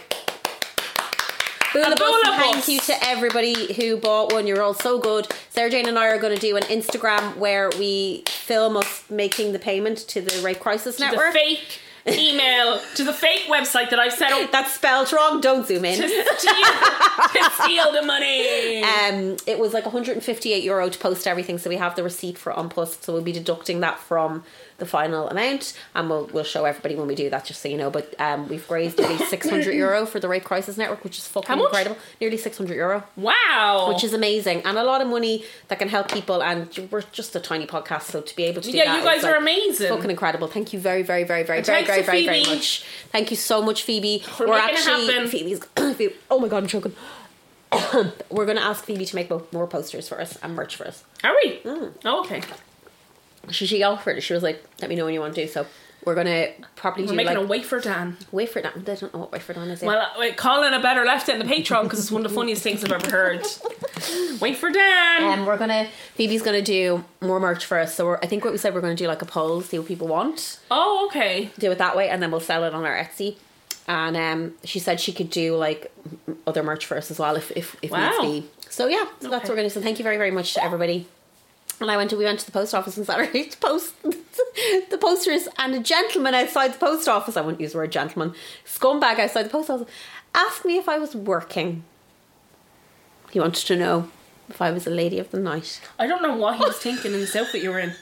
S1: Bula
S2: A
S1: bus,
S2: Bula
S1: and thank
S2: bus.
S1: you to everybody who bought one. You're all so good. Sarah Jane and I are going to do an Instagram where we film us making the payment to the Rape Crisis
S2: to
S1: Network.
S2: the fake email, to the fake website that I've set up
S1: That's spelled wrong. Don't zoom in.
S2: to steal, to steal the money.
S1: Um, it was like 158 euro to post everything, so we have the receipt for Unpust, so we'll be deducting that from the final amount, and we'll we'll show everybody when we do that, just so you know. But um, we've raised nearly 600 euro for the Rape Crisis Network, which is fucking
S2: How much? Oh.
S1: incredible. Nearly 600 euro,
S2: wow.
S1: which is amazing, and a lot of money that can help people. And we're just a tiny podcast, so to be able to do
S2: yeah,
S1: that
S2: you
S1: is,
S2: guys
S1: like,
S2: are amazing.
S1: Fucking incredible! Thank you very, very, very, very,
S2: And
S1: very,
S2: thanks
S1: very, very,
S2: to
S1: very
S2: Phoebe.
S1: much. Thank you so much, Phoebe.
S2: For
S1: We're
S2: making it
S1: actually
S2: happen.
S1: Phoebe's. Phoebe, oh my god, I'm choking. We're gonna ask Phoebe to make mo- more posters for us and merch for us.
S2: are we?
S1: Mm.
S2: Oh, okay.
S1: She she offered. it. She was like, "Let me know when you want to." So we're gonna probably
S2: We're
S1: do
S2: making
S1: like
S2: a wafer Dan.
S1: wafer. Dan. They don't know what wafer dan is. yet.
S2: Well, uh, wait, Colin, I better left it in the Patreon because it's one of the funniest things I've ever heard. Wait for Dan.
S1: um, we're gonna Phoebe's gonna do more merch for us. So we're, I think what we said we're gonna do like a poll, see what people want.
S2: oh, okay.
S1: do it that way and then we'll sell it on our Etsy. And um, she said she could do like m- other merch for us as well if if, if
S2: Wow.
S1: needs be. So yeah, so that's what we're gonna do. So thank you very very much to everybody. And I went to we went to the post office on Saturday to post the posters and a gentleman outside the post office. I wouldn't use the word gentleman. Scumbag outside the post office asked me if I was working. He wanted to know if I was a lady of the night.
S2: I don't know what he was thinking in this outfit you were in.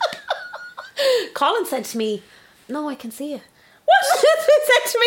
S1: Colin said to me, "No, I can see you." What? he said to me,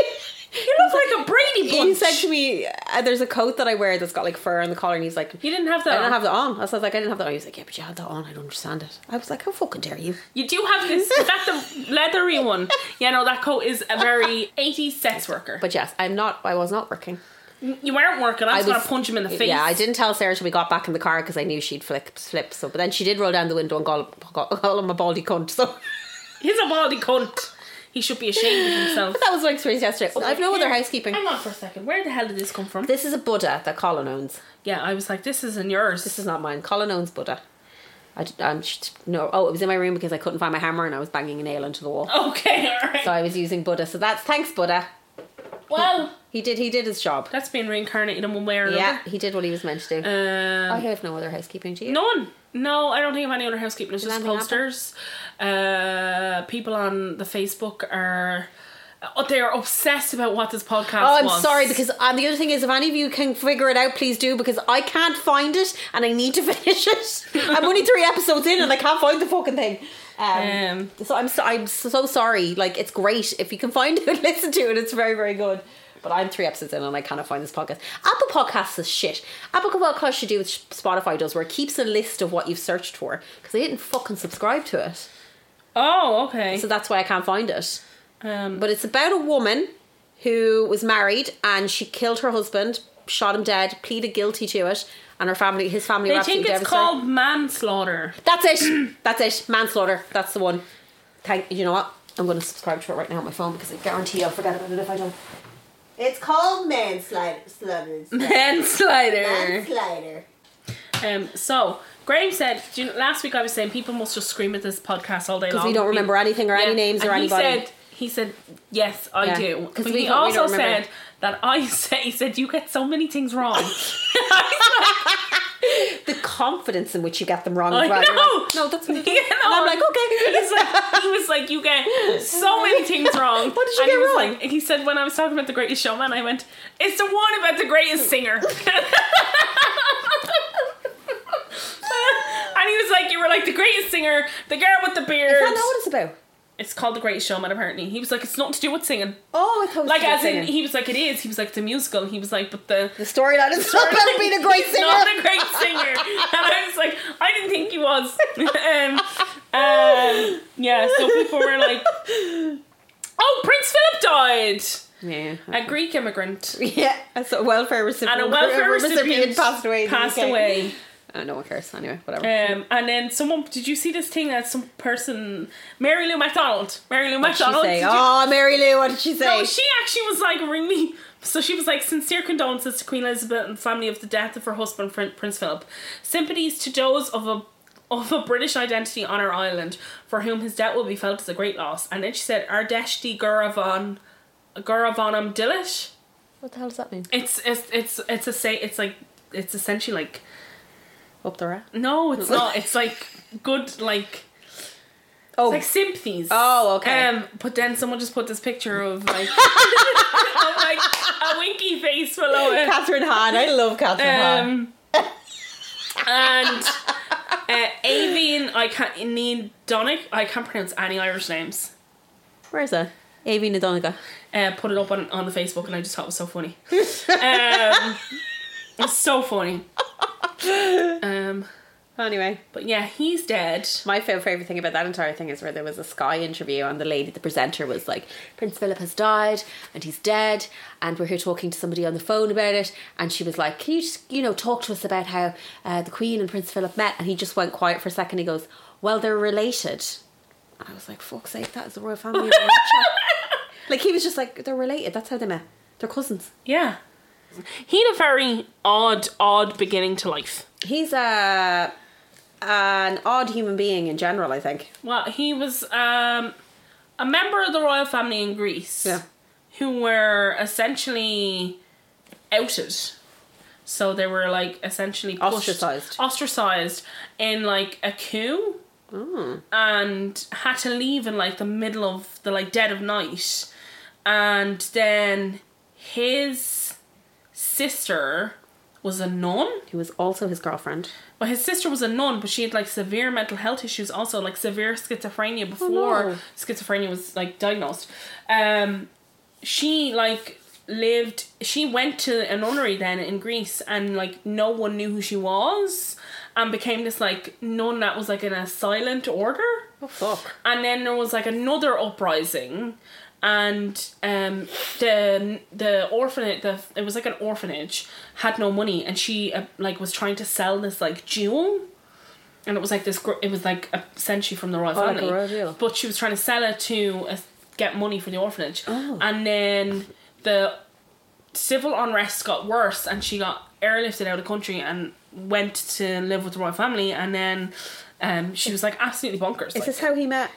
S2: You look like a Brady Bunch.
S1: He said to me, uh, "There's a coat that I wear that's got like fur on the collar," and he's like,
S2: you didn't have
S1: "I
S2: that.
S1: don't
S2: on.
S1: have that on." I was like, "I didn't have that on." He was like, "Yeah, but you had that on. I don't understand it." I was like, "How fucking dare you?"
S2: You do have this. Is that the leathery one? Yeah, no, that coat is a very 80s sex worker. But
S1: But yes, I'm not. I was not working.
S2: you weren't working. I was,
S1: I
S2: going to punch him in the face.
S1: Yeah, I didn't tell Sarah till we got back in the car because I knew she'd flip, flip. So, but then she did roll down the window and call, call, call him a baldy cunt. So
S2: He's a baldy cunt. He should be ashamed of himself.
S1: that was my experience yesterday. I have no other housekeeping.
S2: Hang on for a second. Where the hell did this come from?
S1: This is a Buddha that Colin owns.
S2: yeah, I was like, this isn't yours.
S1: This is not mine. Colin owns Buddha. I, d- I'm sh- no. Oh, it was in my room because I couldn't find my hammer and I was banging a nail into the wall.
S2: okay, alright.
S1: So I was using Buddha. So that's thanks Buddha.
S2: Well,
S1: He did. He did his job.
S2: that's been reincarnated in one way or
S1: Yeah,
S2: another.
S1: he did what he was meant to do. I
S2: Um,
S1: have no other housekeeping to you.
S2: no one. No, I don't think of any other housekeeping. It's just
S1: anything happen?
S2: posters. Uh, people on the Facebook are. Oh, they are obsessed about what this podcast
S1: Oh, I'm
S2: was.
S1: sorry because um, the other thing is, if any of you can figure it out, please do because I can't find it and I need to finish it. I'm only three episodes in and I can't find the fucking thing. Um,
S2: Um.
S1: so I'm so, I'm so sorry. Like it's great if you can find it, listen to it. It's very very good. But I'm three episodes in and I cannot find this podcast. Apple Podcasts is shit. Apple Podcasts should do what Spotify does, where it keeps a list of what you've searched for because I didn't fucking subscribe to it,
S2: Oh, okay.
S1: so that's why I can't find it.
S2: um,
S1: But it's about a woman who was married and she killed her husband, shot him dead, pleaded guilty to it, and her family, his family, were
S2: they
S1: absolutely
S2: think it's
S1: devastated.
S2: called manslaughter.
S1: That's it. That's it. Manslaughter. That's the one. Thank you. Know what? I'm going to subscribe to it right now on my phone because I guarantee I'll forget about it if I don't.
S4: It's called manslaughter. Manslaughter.
S2: Manslaughter.
S4: Manslaughter.
S2: Um, so Graham said do you know, last week I was saying people must just scream at this podcast all day long
S1: Because we don't remember anything or
S2: Yeah,
S1: any names or
S2: and
S1: anybody.
S2: He said, he said, yes, I
S1: Yeah,
S2: do.
S1: 'cause
S2: But
S1: we don't- we
S2: he also
S1: don't remember.
S2: said that I said, he said, you get so many things wrong.
S1: the confidence in which you get them wrong.
S2: I
S1: as well. You're
S2: know.
S1: like, no, that's what I
S2: You
S1: did."
S2: know,
S1: And I'm like, okay.
S2: He's like, he was like, you get so many things wrong.
S1: What did you
S2: and
S1: get
S2: he was
S1: wrong?
S2: Like, he said, when I was talking about the greatest showman, I went, it's the one about the greatest singer. And he was like, you were like the greatest singer, the girl with the beard.
S1: Is that not what it's about?
S2: It's called The Greatest Showman, apparently. He was like, it's nothing to do with singing.
S1: Oh, I thought it was
S2: Like,
S1: about
S2: as in,
S1: singing.
S2: he was like, it is. He was like, the musical. He was like, but the.
S1: the storyline is not about being a great
S2: He's
S1: singer.
S2: not a great singer. and I was like, I didn't think he was. um, um, yeah, so people were like, oh, Prince Philip died.
S1: Yeah.
S2: A Greek immigrant.
S1: Yeah, as a welfare recipient.
S2: And a welfare recipient,
S1: passed away. in the
S2: Passed
S1: UK.
S2: away.
S1: Oh, no one cares. Anyway, whatever.
S2: Um, and then someone, did you see this thing that some person, Mary Lou MacDonald, Mary Lou
S1: What did she
S2: MacDonald,
S1: say?
S2: did you-
S1: Oh, Mary Lou, what did she say?
S2: No, she actually was like, ring me. So she was like, sincere condolences to Queen Elizabeth and family of the death of her husband, Prin- Prince Philip. Sympathies to those of a of a British identity on our island, for whom his death will be felt as a great loss. And then she said, Ardeshti Guravan Guravanam Dilish.
S1: What the hell does that mean?
S2: It's it's it's it's a say it's like it's essentially like
S3: Up the rat.
S2: no, it's not. It's like good like
S3: Oh.
S2: like sympathies.
S3: Oh, okay.
S2: Um, but then someone just put this picture of like, of like a winky face below it.
S3: Catherine Hahn. I love Catherine Hahn.
S2: Um, and uh, Avian, I can't. Neen Donick, I can't pronounce any Irish names.
S3: Where is that? A.V. Nadoniga.
S2: Uh, put it up on on the Facebook, and I just thought it was so funny. Um, it's so funny. Um,
S3: Anyway,
S2: but yeah, he's dead.
S3: my fa- favorite thing about that entire thing is where there was a Sky interview and the lady, the presenter, was like,
S1: Prince Philip has died and he's dead, and we're here talking to somebody on the phone about it. And she was like, "Can you just, you know, talk to us about how uh, the Queen and Prince Philip met?" And he just went quiet for a second. He goes, "Well, they're related." And I was like, "Fuck's sake, that is the royal family." in a nutshell." like he was just like, "They're related. That's how they met. They're cousins."
S2: Yeah, he had a very odd, odd beginning to life.
S3: he's
S1: uh,
S3: a an odd human being in general, I think.
S2: Well, he was um, a member of the royal family in Greece.
S3: Yeah.
S2: Who were essentially outed. So they were like essentially pushed-
S3: Ostracised.
S2: ostracized in like a coup, and had to leave in like the middle of the like dead of night, and then his sister was a nun.
S3: He was also his girlfriend.
S2: Well, his sister was a nun, but she had like severe mental health issues, also like severe schizophrenia before
S3: no.
S2: schizophrenia was like diagnosed. Um, she like lived. She went to a nunnery then in Greece, and like no one knew who she was, and became this like nun that was like in a silent order.
S3: Oh fuck!
S2: And then there was like another uprising, and um, the the orphanage, the it was like an orphanage, had no money, and she uh, like was trying to sell this like jewel, and it was like this. gr- It was like a century from the royal
S3: Oh, like a
S2: family,
S3: royal jewel.
S2: but she was trying to sell it to uh, get money for the orphanage,
S3: Oh.
S2: and then the civil unrest got worse and she got airlifted out of the country and went to live with the royal family and then um, she was like absolutely bonkers.
S3: Is
S2: like-
S3: this how he met?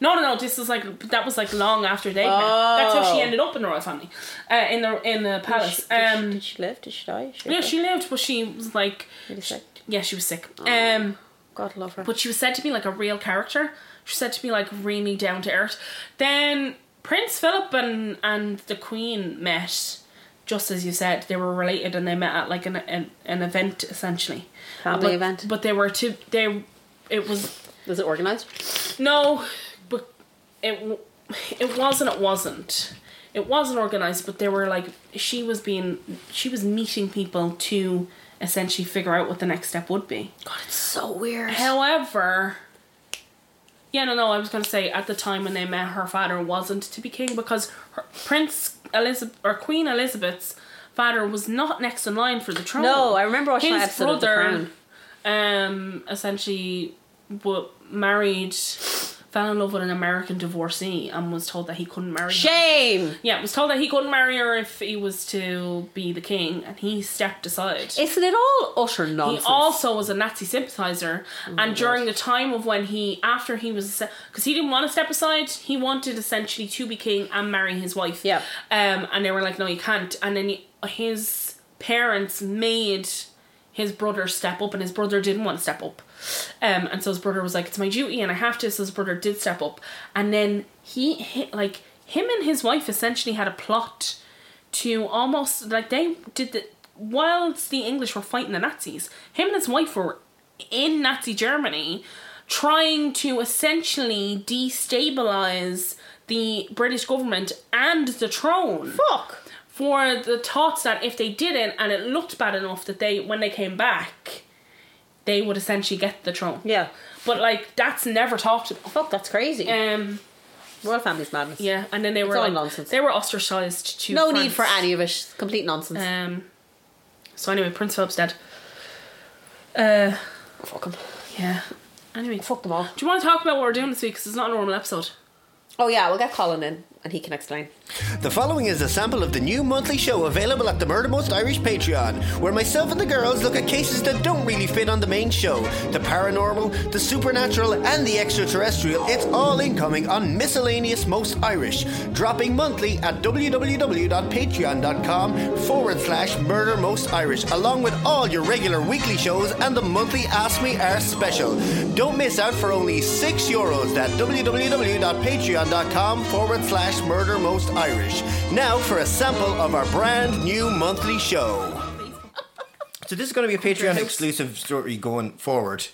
S2: no, no, no. This was like that was like long after they met. That's how she
S3: Oh.
S2: ended up in the royal family, uh, in the in the
S3: Did she,
S2: palace.
S3: did she-
S2: Um,
S3: did she live? Did she die? She
S2: yeah, she lived, but she was like,
S3: Really sick.
S2: yeah, she was sick.
S3: Oh.
S2: Um,
S3: God love her.
S2: but she was said to be like a real character. She was said to be like really down to earth. Then Prince Philip and and the Queen met. Just as you said, they were related and they met at like an an, an event essentially.
S3: Family
S2: But-
S3: event.
S2: But they were two. They, it was
S3: Was it organized?
S2: no, but it w- it wasn't. It wasn't. It wasn't organized, but they were like she was being she was meeting people to essentially figure out what the next step would be.
S1: God, it's so weird.
S2: However, yeah, no, no, I was gonna say at the time when they met, her father wasn't to be king because her, Prince Elizabeth or Queen Elizabeth's father was not next in line for the throne.
S3: No, I remember watching that episode of The
S2: um, essentially, w- married, fell in love with an American divorcee, and was told that he couldn't marry. her.
S3: Shame.
S2: Yeah, was told that he couldn't marry her if he was to be the king, and he stepped aside.
S3: Isn't it all utter
S2: He
S3: nonsense? Oh
S2: also was a Nazi sympathizer, and during the time of when he, after he was, because he didn't want to step aside, he wanted essentially to be king and marry his wife.
S3: Yeah.
S2: Um, and they were like, no, you can't. And then he, his parents made his brother step up, and his brother didn't want to step up. Um, and so his brother was like, it's my duty, and I have to. So his brother did step up, and then he, hi like, him and his wife essentially had a plot to almost like they did the whilst the English were fighting the Nazis, him and his wife were in Nazi Germany trying to essentially destabilize the British government and the throne
S3: fuck.
S2: for the thoughts that if they didn't and it looked bad enough that they when they came back they would essentially get the throne.
S3: Yeah. Oh,
S2: But like that's never talked about.
S3: Fuck. That's crazy.
S2: Um
S3: Royal family's madness.
S2: yeah, and then they were
S3: all
S2: like,
S3: nonsense.
S2: they were ostracized to
S3: No need for
S2: France.
S3: any of it. Complete nonsense.
S2: Um. So anyway, Prince Philip's dead. Uh.
S3: fuck him.
S2: Yeah. Anyway, do
S3: Fuck them all.
S2: you want to talk about what we're doing this week? Because it's not a normal episode.
S3: Oh yeah, we'll get Colin in.
S1: and he can explain.
S5: The following is a sample of the new monthly show available at the Murdermost Irish Patreon, where myself and the girls look at cases that don't really fit on the main show the paranormal, the supernatural, and the extraterrestrial. It's all incoming on Miscellaneous Most Irish, dropping monthly at www.patreon.com forward slash murder most Irish, along with all your regular weekly shows and the monthly Ask Me Air special. Don't miss out for only 6 euros at www.patreon.com forward slash murder most Irish. Now for a sample of our brand new monthly show. So this is going to be a Patreon exclusive story going forward,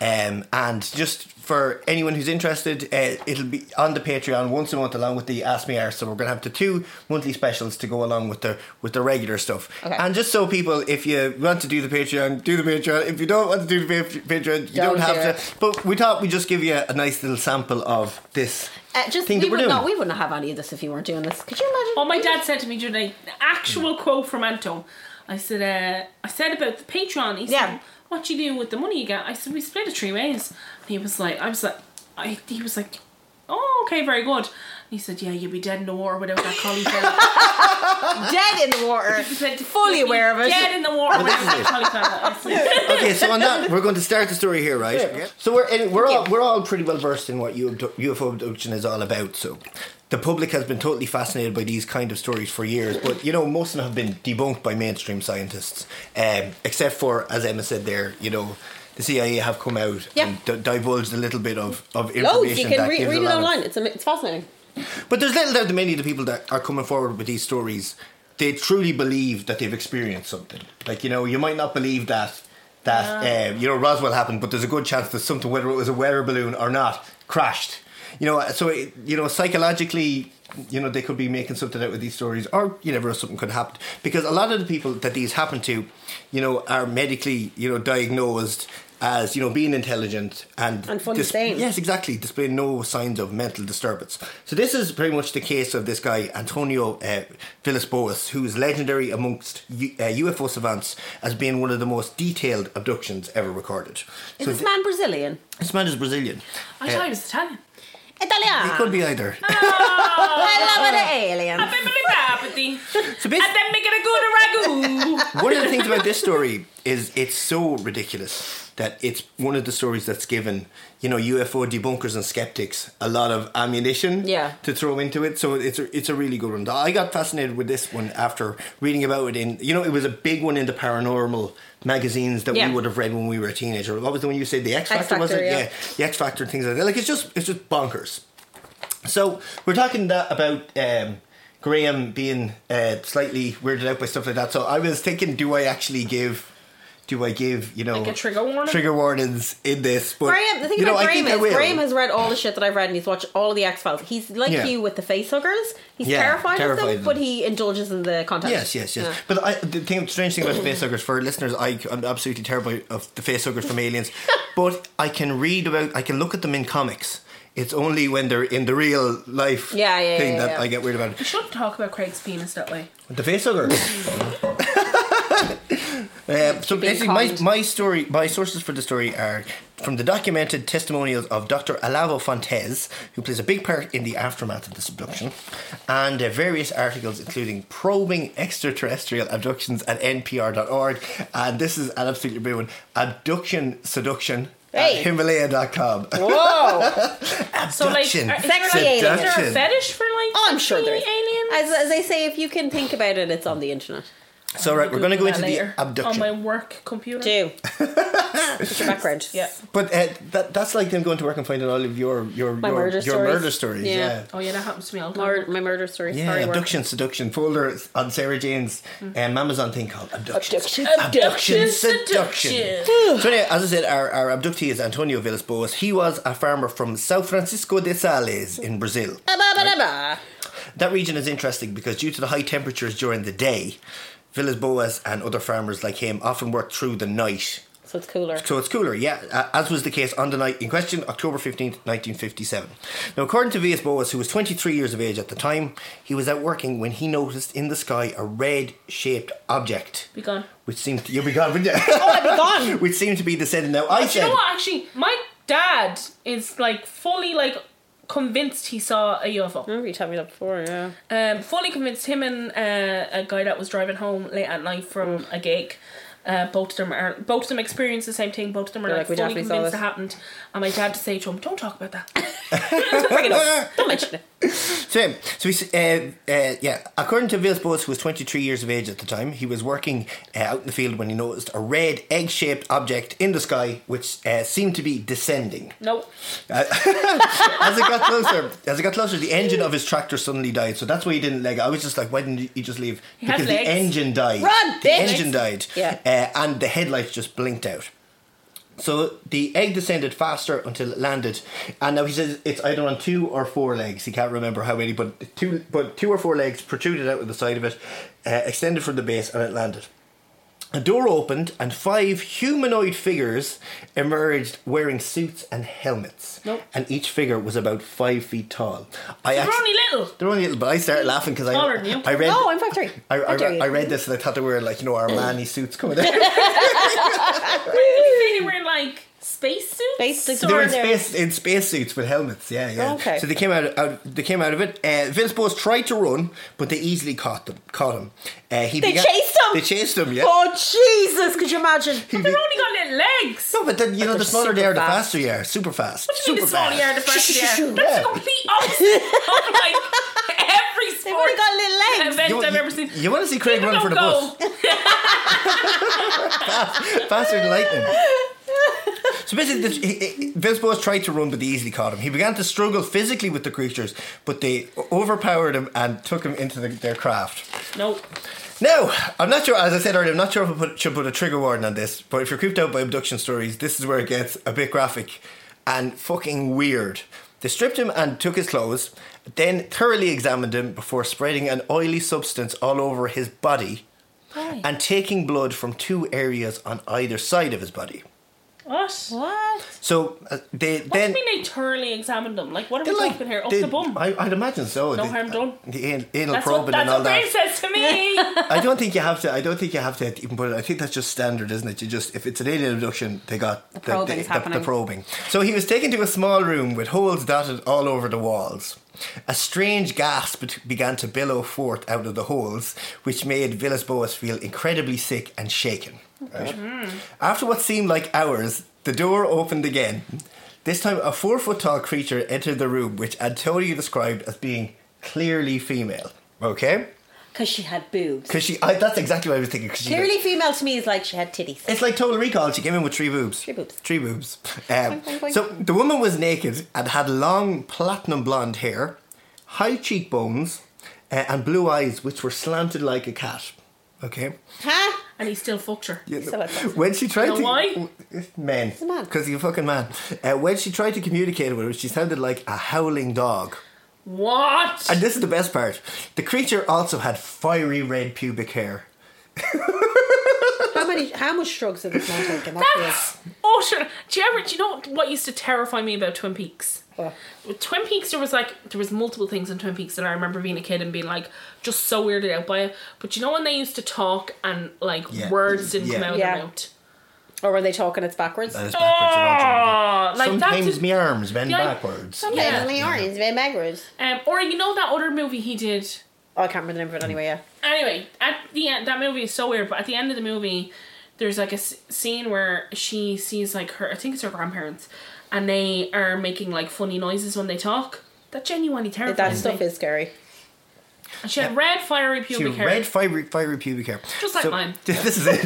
S5: um, and just for anyone who's interested, uh, it'll be on the Patreon once a month along with the Ask Me Ars. So we're going to have the two monthly specials to go along with the with the regular stuff.
S1: Okay.
S5: And just so people, if you want to do the Patreon, do the Patreon. If you don't want to do the pa- Patreon, you don't,
S1: Don't
S5: have
S1: do
S5: to.
S1: it.
S5: But we thought we'd just give you a nice little sample of this
S1: Uh, just
S5: thing
S1: we
S5: that we're
S1: would
S5: doing.
S1: not we wouldn't have any of this if you weren't doing this. Could you imagine?
S2: Oh, my dad said to me during the actual quote from Anto. I said, uh, I said about the Patreon. He said,
S1: Yeah.
S2: what do you do with the money you get? I said, we split it three ways. And he was like, I was like, I, he was like, oh, okay, very good. And he said, yeah, you'd be dead in the water without that cauliflower.
S1: dead in the water.
S2: He said,
S1: Fully
S2: "You'd be
S1: aware of it."
S2: Dead in the water without that cauliflower. I said,
S5: okay, so on that, we're going to start the story here, right? So we're and we're all we're all pretty well versed in what UFO UFO abduction is all about. So the public has been totally fascinated by these kind of stories for years, but you know most of them have been debunked by mainstream scientists, um, except for as Emma said there, you know. The CIA have come out
S1: Yeah.
S5: and d- divulged a little bit of, of information.
S1: Loads. You can
S5: that
S1: re-
S5: gives a
S1: read it
S5: lot of-
S1: online. It's ama- it's fascinating.
S5: but there's little doubt that many of the people that are coming forward with these stories, they truly believe that they've experienced something. Like you know, you might not believe that that um, you know Roswell happened, but there's a good chance that something, whether it was a weather balloon or not, crashed. You know, so it, you know psychologically, you know they could be making something out with these stories, or you never know something could happen because a lot of the people that these happen to, you know, are medically you know diagnosed. As you know, being intelligent and
S1: And fun to say.
S5: yes, exactly. Display no signs of mental disturbance. So this is pretty much the case of this guy Antonio uh, Villas-Boas, who is legendary amongst U- uh, UFO savants as being one of the most detailed abductions ever recorded.
S1: Is
S5: so
S1: this man Brazilian?
S5: this man is Brazilian.
S2: I thought he was Italian.
S1: Italian.
S5: It could be either.
S1: I love it, alien.
S2: I believe in apathy.
S5: So
S2: And then make it a good ragu.
S5: one of the things about this story is it's so ridiculous that it's one of the stories that's given you know UFO debunkers and skeptics a lot of ammunition
S1: Yeah.
S5: to throw into it. So it's a, it's a really good one. I got fascinated with this one after reading about it in you know it was a big one in the paranormal magazines that
S1: Yeah.
S5: we would have read when we were a teenager. What was the one you said the X Factor,
S1: X
S5: was it?
S1: Factor, yeah.
S5: the X Factor and things like that. Like it's just it's just bonkers. So we're talking that about um, Graham being uh, slightly weirded out by stuff like that. So I was thinking, do I actually give? Do I give you know
S2: Like a trigger warning?
S5: trigger warnings in this? But
S1: Graham, the thing
S5: you know,
S1: about
S5: I
S1: Graham
S5: think I
S1: is
S5: will.
S1: Graham has read all the shit that I've read and he's watched all of the X Files. He's like
S5: Yeah.
S1: you with the facehuggers. He's
S5: Yeah,
S1: terrified,
S5: terrified
S1: of
S5: of
S1: them,
S5: them.
S1: but he indulges in the contact.
S5: Yes, yes, yes.
S1: Yeah.
S5: But I, the thing, strange thing about facehuggers for listeners, I, I'm absolutely terrible of the facehuggers from aliens. but I can read about, I can look at them in comics. It's only when they're in the real life
S1: Yeah, yeah,
S5: thing
S1: yeah,
S5: that
S1: yeah.
S5: I get weird about.
S2: We
S5: it.
S2: should talk about Craig's penis that way.
S5: The facehugger. Uh, so
S1: being
S5: basically, my,
S1: kind.
S5: my story, my sources for the story are from the documented testimonials of Dr. Alavo Fontes, who plays a big part in the aftermath of this abduction, and uh, various articles including probing extraterrestrial abductions at npr.org, and this is an absolutely brilliant one: abduction seduction
S1: Hey.
S5: at Himalaya.com.
S1: Whoa!
S2: So like,
S5: Abduction.
S2: are- is there, like,
S1: Sexy
S2: is there
S5: Seduction.
S2: a fetish for like?
S1: Oh, I'm sure there is.
S2: Aliens.
S1: As, as I say, if you can think about it, it's on the internet.
S5: so right, we're going to go
S2: Google
S5: into
S2: that later
S5: the abduction.
S2: on my work computer.
S1: Do. Put your background.
S2: Yeah.
S5: But uh, that, that's like them going to work and finding all of your your your,
S1: murder
S5: your
S1: stories.
S5: murder stories.
S1: Yeah.
S5: Yeah.
S2: Oh yeah, that happens to me all the time.
S1: Mur- my murder story.
S5: Yeah,
S1: Sorry,
S5: abduction, seduction folder on Sarah Jane's um, Amazon thing called
S1: Mm.
S5: abduction.
S1: Abduction.
S5: Abduction,
S2: Abduction,
S5: seduction. so anyway, as I said, our, our abductee is Antonio Villas-Boas. He was a farmer from São Francisco de Sales in Brazil.
S1: Ba-ba-ba-ba.
S5: That region is interesting because due to the high temperatures during the day, Villas-Boas and other farmers like him often worked through the night
S1: So it's cooler.
S5: so it's cooler, yeah, uh, as was the case on the night in question, October 15th, 1957. Now, according to V.S. Boas, who was 23 years of age at the time, he was out working when he noticed in the sky a red shaped object.
S2: Be gone.
S5: Which seemed to, you'll be gone, wouldn't you?
S1: Oh, Gone.
S5: which seemed to be descending. Now, I
S2: Do you
S5: said,
S2: know what? Actually, my dad is like fully like convinced he saw a UFO.
S1: Oh,
S3: remember you told me that before, yeah.
S5: Ah,
S2: Um, fully convinced him and uh, a guy that was driving home late at night from
S5: Mm.
S2: a gig. Uh, both of them are both of them experienced the same thing. Both of them are
S3: They're
S2: like,
S3: like, "We
S2: fully
S3: definitely saw
S2: convinced it
S3: this."
S2: happened. And my dad to say to him, "Don't talk about that."
S5: ah.
S3: Don't mention it.
S5: Same. So we, s- uh, uh, yeah. According to Vilsbos, who was 23 years of age at the time, he was working uh, out in the field when he noticed a red egg-shaped object in the sky, which uh, seemed to be descending.
S2: no,
S5: As it got closer, as it got closer, the engine of his tractor suddenly died. So that's why he didn't leg. I was just like, why didn't he just leave?
S2: had
S5: Because
S2: legs.
S5: the engine died.
S1: Run,
S5: The
S1: bitch.
S5: engine died.
S3: Yeah.
S5: Uh, and the headlights just blinked out. So the egg descended faster until it landed, and now he says it's either on two or four legs. He can't remember how many, but two, but two or four legs protruded out of the side of it, uh, extended from the base, and it landed. A door opened, and five humanoid figures emerged wearing suits and helmets.
S2: Nope.
S5: And each figure was about five feet tall. I
S2: they're
S5: actu-
S2: only little.
S5: they're only little, but I started laughing because I,
S2: Taller than you.
S5: I read.
S1: Oh,
S3: No, I'm five three.
S5: I, I,
S3: How dare
S5: re-
S3: you.
S5: I read this and I thought they were like you know Armani suits coming out.
S2: They were in like space suits.
S3: Basically,
S5: they were in
S3: They're-
S5: space in spacesuits with helmets. Yeah, yeah.
S3: Okay.
S5: So they came out, out. They came out of it. Uh, Vince Bose tried to run, but they easily caught them. Caught him. Uh, he
S1: They chased him?
S5: They chased him. Yeah.
S1: Oh Jesus! Could you imagine?
S2: But they've only got little legs.
S5: No, but then you know the
S3: they're
S5: smaller they
S3: super
S5: are, the
S3: fast.
S5: faster you are. Super fast.
S2: What do you mean
S5: super
S2: the small year, the first year? That's
S5: Yeah.
S2: the complete opposite of like every
S1: They've
S2: sport
S1: only got little legs.
S2: event
S5: You,
S2: I've ever seen.
S5: you want to see Craig
S2: People
S5: run for the
S2: don't
S5: bus?
S2: go.
S5: faster than lightning. So basically, the, he, he, Vince Bose tried to run, but they easily caught him. He began to struggle physically with the creatures, but they o- overpowered him and took him into the, their craft.
S2: No.
S5: Now, I'm not sure, as I said earlier, I'm not sure if I put, should put a trigger warning on this, but if you're creeped out by abduction stories, this is where it gets a bit graphic and fucking weird. They stripped him and took his clothes, then thoroughly examined him before spreading an oily substance all over his body and taking blood from two areas on either side of his body.
S2: What? What
S1: What?
S5: So uh, they
S2: do you
S5: then.
S2: mean they thoroughly examined them? Like, what are
S5: they
S2: we
S5: like-
S2: talking here? Up
S5: they-
S2: the bum?
S5: I, I'd imagine so.
S2: No
S5: They-
S2: harm done.
S5: The anal, anal
S2: that's
S5: probing
S2: what, that's
S5: and all
S2: what
S5: that.
S2: Ray says to me.
S5: I don't think you have to. I don't think you have to even put it. I think that's just standard, isn't it? You just if it's an alien abduction, they got the,
S3: probing's happening.
S5: probing. So he was taken to a small room with holes dotted all over the walls. A strange gas bet- began to billow forth out of the holes, which made Villas Boas feel incredibly sick and shaken. Right? After what seemed like hours, the door opened again. This time, a four foot tall creature entered the room, which Antonio described as being clearly female. Okay?
S3: Because she had boobs.
S5: Because she, I, that's exactly what I was thinking. 'cause she-
S3: Clearly, female to me is like she had titties.
S5: it's like Total Recall. She came in with three boobs. Three
S3: boobs.
S5: Three boobs. Um,
S3: Boing, boing, boing.
S5: So the woman was naked and had long platinum blonde hair, high cheekbones, uh, and blue eyes, which were slanted like a cat. Okay.
S1: Huh?
S2: and he still fucked her.
S5: You know,
S3: So what's that?
S5: when she tried
S2: You know
S5: to
S2: why?
S5: men,
S1: a man.
S5: because he's a fucking man. Uh, when she tried to communicate with him, she sounded like a howling dog.
S2: What?
S5: And this is the best part: the creature also had fiery red pubic hair.
S1: How many? How much drugs have this man taken? That's weird.
S2: That's utter. Oh, Do you ever? Do you know what used to terrify me about Twin Peaks?
S1: What?
S2: With Twin Peaks, there was like there was multiple things in Twin Peaks that I remember being a kid and being like just so weirded out by it. But you know when they used to talk and like
S5: Yeah.
S2: words didn't
S5: Yeah.
S2: come out
S3: Yeah.
S2: of their mouth.
S3: Or were they talking? It's backwards.
S5: That is backwards. and alternate.
S2: Oh, like
S5: Sometimes
S2: that's
S5: me arms bend
S2: Yeah, I-
S5: backwards.
S2: some-
S1: Yeah,
S2: Yeah.
S1: they are. It's very backwards.
S2: um, or you know that other movie he did.
S3: Oh, I can't remember the name of it anyway. Yeah.
S2: Anyway, at the end, that movie is so weird. But at the end of the movie, there's like a s- scene where she sees like her, I think it's her grandparents, and they are making like funny noises when they talk. That genuinely terrifies
S3: That
S2: me.
S3: stuff is scary.
S2: She had red fiery
S5: She
S2: pubic
S5: had
S2: hair.
S5: red fiery, fiery pubic hair.
S2: Just like mine.
S5: This is it,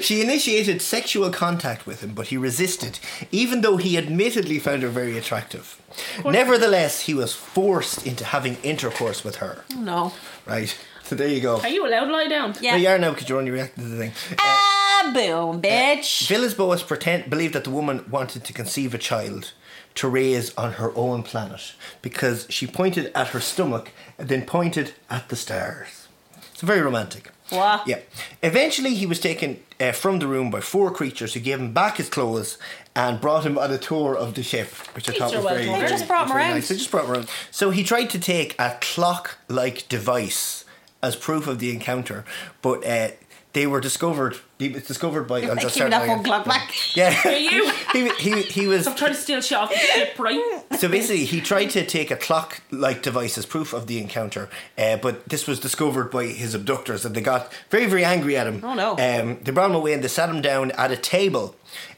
S5: she initiated sexual contact with him, but he resisted, even though he admittedly found her very attractive. Nevertheless, he was forced into having intercourse with her.
S3: No.
S5: Right. So there you go.
S2: Are you allowed to lie down?
S3: Yeah.
S5: There you are now because you're only reacting to the thing.
S3: Ah, boom, bitch.
S5: Villas Boas pretend believed that the woman wanted to conceive a child to raise on her own planet because she pointed at her stomach and then pointed at the stars. It's very romantic.
S3: Wow.
S5: Yeah. Eventually, he was taken uh, from the room by four creatures who gave him back his clothes and brought him on a tour of the ship, which I
S2: These
S5: thought
S2: are
S5: was
S2: well
S5: very.
S2: done. They
S5: very-
S3: just brought him
S5: very
S3: around.
S5: nice. They just brought him around. So he tried to take a clock-like device as proof of the encounter, but. Uh, they were discovered. He was discovered by. I'll
S3: Like,
S5: just
S3: give
S5: start
S3: me that
S5: now
S3: full
S5: again.
S3: clock back.
S2: Are
S5: Yeah,
S2: you?
S5: he he he was.
S2: Trying to steal shit off the ship, right?
S5: So basically, he tried to take a clock-like device as proof of the encounter, uh, but this was discovered by his abductors, and they got very, very angry at him.
S3: Oh, no.
S5: Um, they brought him away and they sat him down at a table,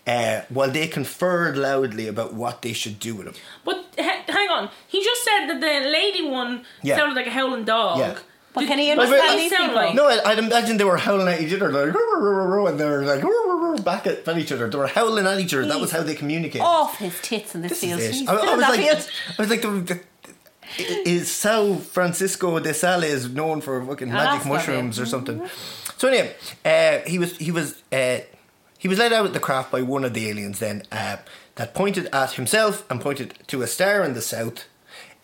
S5: uh, while they conferred loudly about what they should do with him.
S2: But ha- hang on, he just said that the lady one
S5: Yeah.
S2: sounded like a howling dog.
S5: Yeah.
S3: But can he
S2: What's
S5: understand
S2: that
S5: these
S2: sound
S3: people?
S2: like?
S5: No, I, I'd imagine they were howling at each other, like "Roar, roar, roar, roar," and they were like "Roar, roar, roar," back at, at each other. They were howling at each other. That was how they communicated.
S1: Oh,
S3: Off his tits in this, field.
S5: Yes.
S3: He's
S5: I, I
S3: still in
S5: was
S3: that
S5: like,
S3: field.
S5: I was like, the, the, is Sao Francisco de Sales is known for fucking magic
S3: Alaska,
S5: mushrooms
S2: Mm-hmm.
S5: or something? So anyway, uh, he was he was uh, he was let out of the craft by one of the aliens then uh, that pointed at himself and pointed to a star in the south.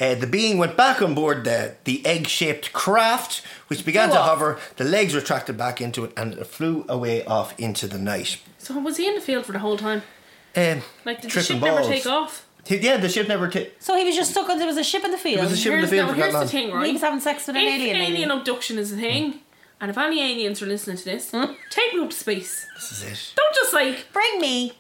S5: Uh, the being went back on board the, the egg shaped craft, which began to
S3: Go off.
S5: hover. The legs retracted back into it and it flew away off into the night.
S2: So was he in the field for the whole time?
S5: Um,
S2: Like did the
S5: tripping
S2: ship never
S5: balls.
S2: take off?
S5: He- yeah, the ship never. T-
S3: So he was just stuck on. There was a ship in the field.
S5: was a ship in the
S2: Here's,
S5: field
S2: now,
S5: for that
S2: here's the
S5: long.
S2: thing,
S3: He
S2: right?
S3: was having sex with an
S2: If
S3: alien.
S2: alien,
S3: lady.
S2: abduction is a thing, and if any aliens are listening to this,
S3: Hmm?
S2: take me up to space.
S5: this is it.
S2: Don't just like
S3: Bring me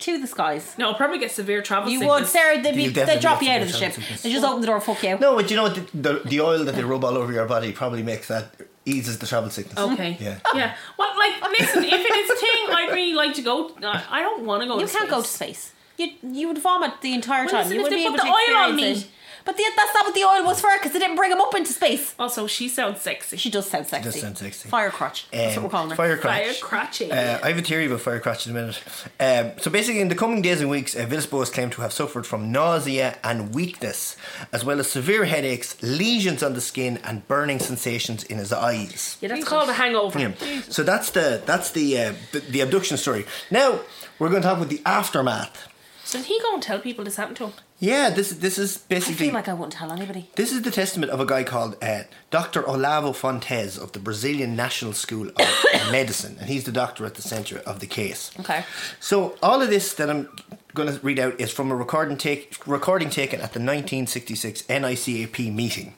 S3: to the skies.
S2: no, I'll probably get severe travel
S3: You
S2: sickness.
S3: would, Sarah. They'd, be,
S5: You'd
S3: they'd drop
S5: definitely
S3: you out
S5: get
S3: of the
S5: severe
S3: ship.
S5: travel sickness.
S3: They just open the door, and fuck you.
S5: No, but you know what? The, the, the oil that they rub all over your body probably makes that eases the travel sickness.
S2: Okay.
S5: Yeah.
S2: Yeah. Well, like, listen. If it is a thing, I'd really like to go. I I don't want to go.
S3: You
S2: to
S3: can't go to
S2: space.
S3: space. You you would vomit the entire
S2: Well,
S3: time.
S2: listen,
S3: you
S2: if
S3: wouldn't
S2: they
S3: be able
S2: put
S3: to
S2: the oil on
S3: experience
S2: me-
S3: it. But the, that's not what the oil was for, because they didn't bring him up into space.
S2: Also, she sounds sexy.
S3: She does sound sexy.
S5: does sound sexy.
S3: Fire crotch. that's what
S5: Um,
S3: we're calling her.
S2: Fire
S5: Firecrotch.
S2: crotching.
S5: Uh, I have a theory about Firecrotch in a minute. Um, so basically, in the coming days and weeks, uh, Villas-Boas claimed to have suffered from nausea and weakness, as well as severe headaches, lesions on the skin, and burning sensations in his eyes.
S2: yeah, that's called a hangover.
S5: Yeah. So that's the that's the, uh, the the abduction story. Now we're going to talk about the aftermath.
S2: So did he go and tell people this happened to him?
S5: Yeah, this this is
S3: I
S5: basically
S3: feel like I wouldn't tell anybody.
S5: This is the testament of a guy called uh, Dr. Olavo Fontes of the Brazilian National School of Medicine, and he's the doctor at the centre of the case.
S3: Okay.
S5: So all of this that I'm going to read out is from a recording take recording taken at the 1966 NICAP meeting.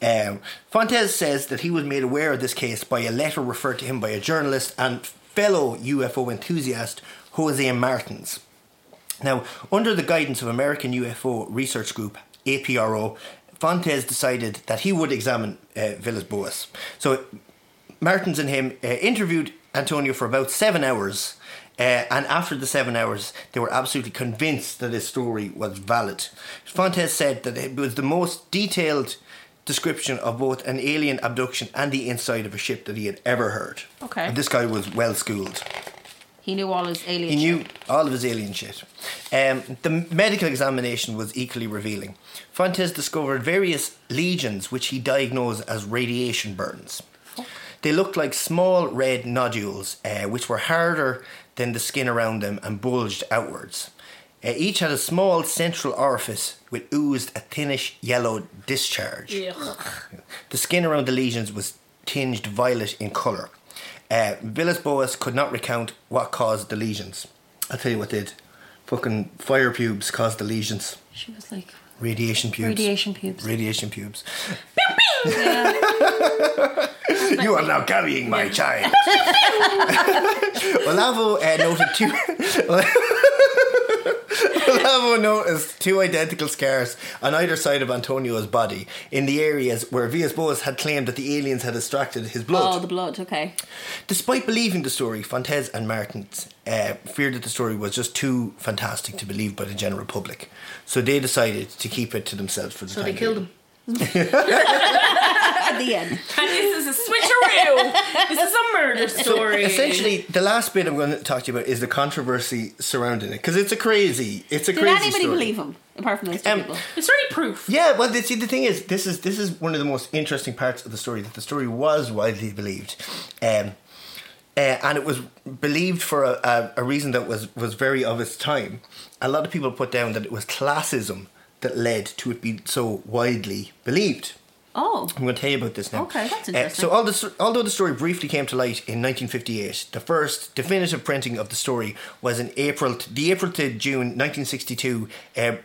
S5: Um, Fontes says that he was made aware of this case by a letter referred to him by a journalist and fellow UFO enthusiast Jose Martins. Now, under the guidance of American UFO Research Group, APRO, Fontes decided that he would examine uh, Villas Boas. So, Martins and him uh, interviewed Antonio for about seven hours, uh, and after the seven hours, they were absolutely convinced that his story was valid. Fontes said that it was the most detailed description of both an alien abduction and the inside of a ship that he had ever heard.
S3: Okay.
S5: And this guy was well schooled.
S3: He knew all his alien.
S5: He knew all of his alien shit. Um, the medical examination was equally revealing. Fontes discovered various lesions which he diagnosed as radiation burns. They looked like small red nodules, uh, which were harder than the skin around them and bulged outwards. Uh, each had a small central orifice which oozed a thinnish yellow discharge. The skin around the lesions was tinged violet in colour. Uh, Villas Boas could not recount what caused the lesions. I'll tell you what did. Fucking fire pubes caused the lesions.
S3: She was like
S5: Radiation pubes.
S3: radiation pubes.
S5: Radiation pubes. you are now carrying my child. Olavo uh, noted two. Olavo noticed two identical scars on either side of Antonio's body in the areas where Villas Boas had claimed that the aliens had extracted his blood.
S3: Oh, the blood. Okay.
S5: Despite believing the story, Fontes and Martins uh, feared that the story was just too fantastic to believe by the general public. So they decided to keep it to themselves for the
S2: So
S5: time
S2: they killed
S5: being.
S2: him.
S3: At the end.
S2: And this is a switcheroo. this is a murder story.
S5: Essentially, the last bit I'm going to talk to you about is the controversy surrounding it because it's a crazy, it's a
S3: Did
S5: crazy
S3: anybody
S5: story.
S3: believe him apart from those two
S5: Um,
S3: people?
S2: it's really proof.
S5: Yeah, well, the, see, the thing is, this is this is one of the most interesting parts of the story that the story was widely believed, um, uh, and it was believed for a, a, a reason that was was very of its time. A lot of people put down that it was classism that led to it being so widely believed.
S3: Oh.
S5: I'm going to tell you about this now.
S3: Okay, that's
S5: Uh,
S3: interesting.
S5: so, all the, although the story briefly came to light in 1958, the first definitive printing of the story was in April, t- the April to June 1962 uh,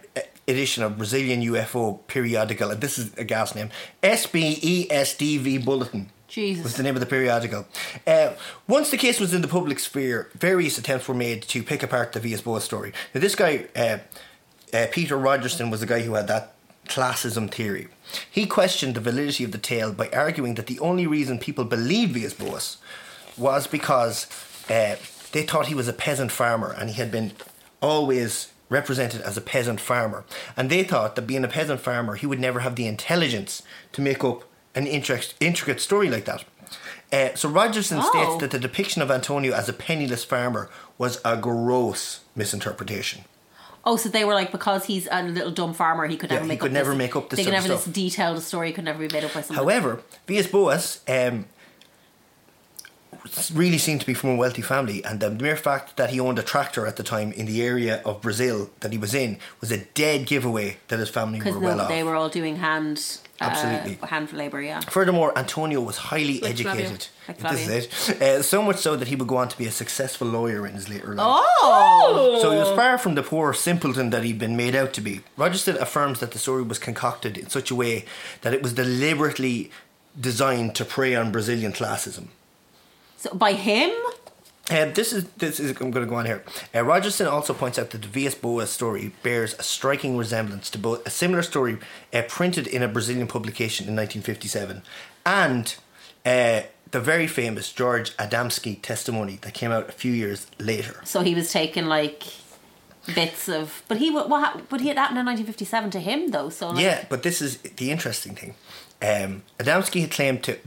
S5: edition of E Brazilian UFO Periodical, and this is a gas name, SBESDV Bulletin. was
S3: Jesus.
S5: the name of the periodical. Uh, once the case was in the public sphere, various attempts were made to pick apart the V.S. Boas story. Now, this guy, uh, uh, Peter Rogerson, was the guy who had that classism theory. He questioned the validity of the tale by arguing that the only reason people believed V.S. Boas was because uh, they thought he was a peasant farmer and he had been always represented as a peasant farmer. And they thought that being a peasant farmer, he would never have the intelligence to make up an intric- intricate story like that. Uh, so Rogerson states
S3: Oh.
S5: that the depiction of Antonio as a penniless farmer was a gross misinterpretation.
S3: Oh, so they were like because he's a little dumb farmer, he could
S5: Yeah,
S3: never
S5: he
S3: make
S5: could
S3: up
S5: never
S3: this,
S5: make up this
S3: They could
S5: sort of
S3: never this
S5: stuff.
S3: detailed story could never be made up by someone.
S5: However, V.S. Boas um, really seemed to be from a wealthy family, and the mere fact that he owned a tractor at the time in the area of Brazil that he was in was a dead giveaway that his family were
S3: because
S5: well
S3: no,
S5: off.
S3: they were all doing hand uh,
S5: Absolutely.
S3: hand for labor. Yeah.
S5: Furthermore, Antonio was highly
S2: Like Flavio.
S5: educated.
S3: Like
S5: this is it. Uh, so much so that he would go on to be a successful lawyer in his later life.
S3: Oh,
S5: So he was far from the poor simpleton that he'd been made out to be. Rogerson affirms that the story was concocted in such a way that it was deliberately designed to prey on Brazilian classism.
S3: so by him.
S5: Uh, this is this is I'm going to go on here. Uh, Rogerson also points out that the V.S. Boas story bears a striking resemblance to both a similar story uh, printed in a Brazilian publication in 1957 and uh, the very famous George Adamski testimony that came out a few years later.
S3: So he was taking like bits of, but he wa- what? hap- But he had happened in 1957 to him though. So like,
S5: Yeah, but this is the interesting thing. Um, Adamski had claimed to.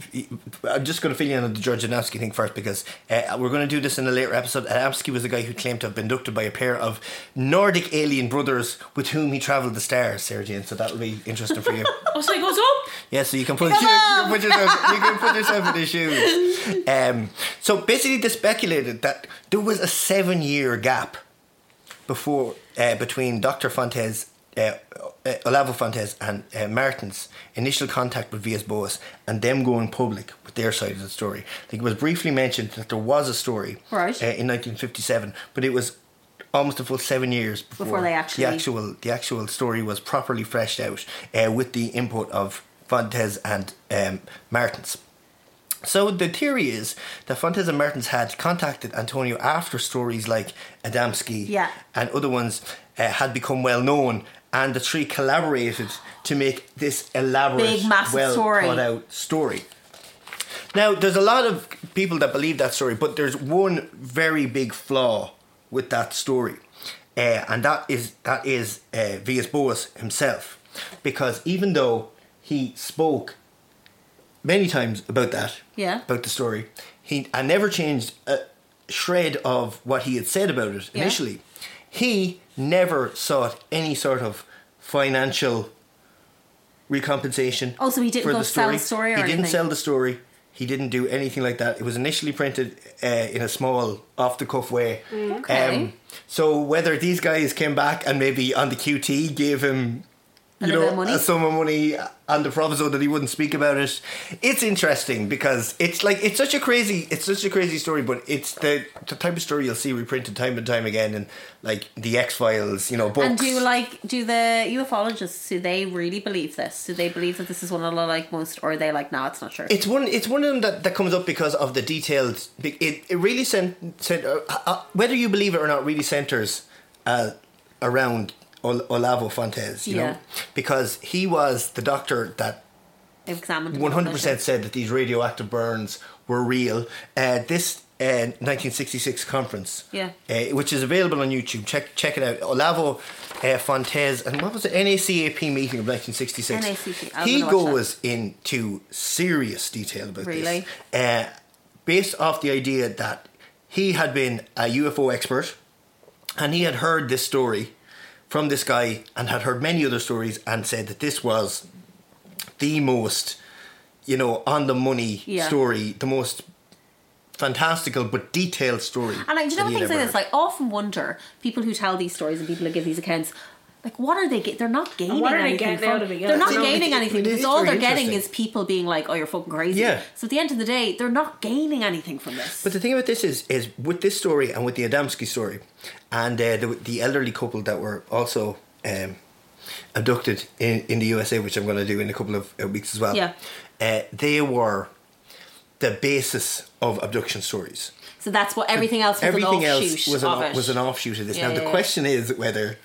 S5: I'm just going to fill you in on the George Adamski thing first because uh, we're going to do this in a later episode. Adamski was the guy who claimed to have been abducted by a pair of Nordic alien brothers with whom he travelled the stars, Sergey. So that'll be interesting for you.
S2: Oh, so he goes up.
S5: Yeah, so you can put, you, can put yourself, you can put yourself in his shoes. Um, so basically, they speculated that there was a seven-year gap before uh, between Doctor Fontes, uh, uh, Olavo Fontes, and uh, Martin's initial contact with V.S. Boas, and them going public with their side of the story. I think it was briefly mentioned that there was a story
S3: Right.
S5: uh, in 1957, but it was. Almost a full seven years before,
S3: Before they actually-
S5: the actual the actual story was properly fleshed out uh, with the input of Fontes and um, Martins. So the theory is that Fontes and Mertens had contacted Antonio after stories like Adamski
S3: Yeah.
S5: and other ones uh, had become well known, and the three collaborated to make this elaborate,
S3: Big, massive
S5: well
S3: story.
S5: thought out story. Now, there's a lot of people that believe that story, but there's one very big flaw with that story, uh, and that is that is uh, V.S. Boas himself, because even though he spoke many times about that,
S3: Yeah.
S5: about the story, he I never changed a shred of what he had said about it
S3: Yeah.
S5: initially. He never sought any sort of financial recompensation.
S3: Oh, so he didn't
S5: for
S3: go
S5: the
S3: sell the story or
S5: He didn't
S3: anything?
S5: sell the story. He didn't do anything like that. It was initially printed uh, in a small, off the cuff way.
S3: Mm.
S5: Um,
S3: Okay.
S5: so whether these guys came back and maybe on the QT gave him, you
S3: A little bit
S5: know,
S3: of money?
S5: a sum of money on the proviso that he wouldn't speak about it. It's interesting because it's like it's such a crazy, it's such a crazy story, but it's the the type of story you'll see reprinted time and time again in like the X Files, you know, books.
S3: And do like do the ufologists? Do they really believe this? Do they believe that this is one of the like most, or are they like, no, it's not true?
S5: It's one. It's one of them that, that comes up because of the detailed. be- It it really cent, cent, uh, uh, whether you believe it or not really centers uh, around Ol- Olavo Fontes. You
S3: Yeah.
S5: know, because he was the doctor that
S3: They've examined it.
S5: one hundred percent said that these radioactive burns were real. Uh, this. Uh, 1966 conference,
S3: Yeah.
S5: uh, which is available on YouTube. Check check it out. Olavo uh, Fontes and what was it? NACAP meeting of 1966.
S3: NACAP. I'm
S5: He
S3: gonna watch that.
S5: goes into serious detail about
S3: Really?
S5: this. Uh, based off the idea that he had been a UFO expert and he had heard this story from this guy and had heard many other stories and said that this was the most, you know, on the money
S3: Yeah.
S5: story, the most fantastical but detailed story.
S3: And like, do you know
S5: that he'd
S3: things
S5: ever
S3: like
S5: heard.
S3: this? Like, I often wonder people who tell these stories and people who give these accounts. Like, what are they? Get, they're not gaining.
S2: what are they
S3: anything
S2: getting
S3: from-
S2: out of it? Yeah,
S3: They're not
S2: that's the only
S3: gaining
S5: thing.
S3: anything
S5: It
S3: because
S5: is
S3: all
S5: very
S3: they're getting
S5: interesting.
S3: is people being like, "Oh, you're fucking crazy."
S5: Yeah.
S3: So at the end of the day, they're not gaining anything from this.
S5: But the thing about this is, is with this story and with the Adamski story, and uh, the, the elderly couple that were also um, abducted in, in the USA, which I'm going to do in a couple of uh, weeks as well.
S3: Yeah.
S5: Uh, they were the basis of abduction stories.
S3: So that's what everything else was
S5: Everything
S3: an offshoot
S5: else was
S3: of
S5: an,
S3: it.
S5: was an offshoot of this.
S3: Yeah,
S5: now, the
S3: yeah, yeah.
S5: question is whether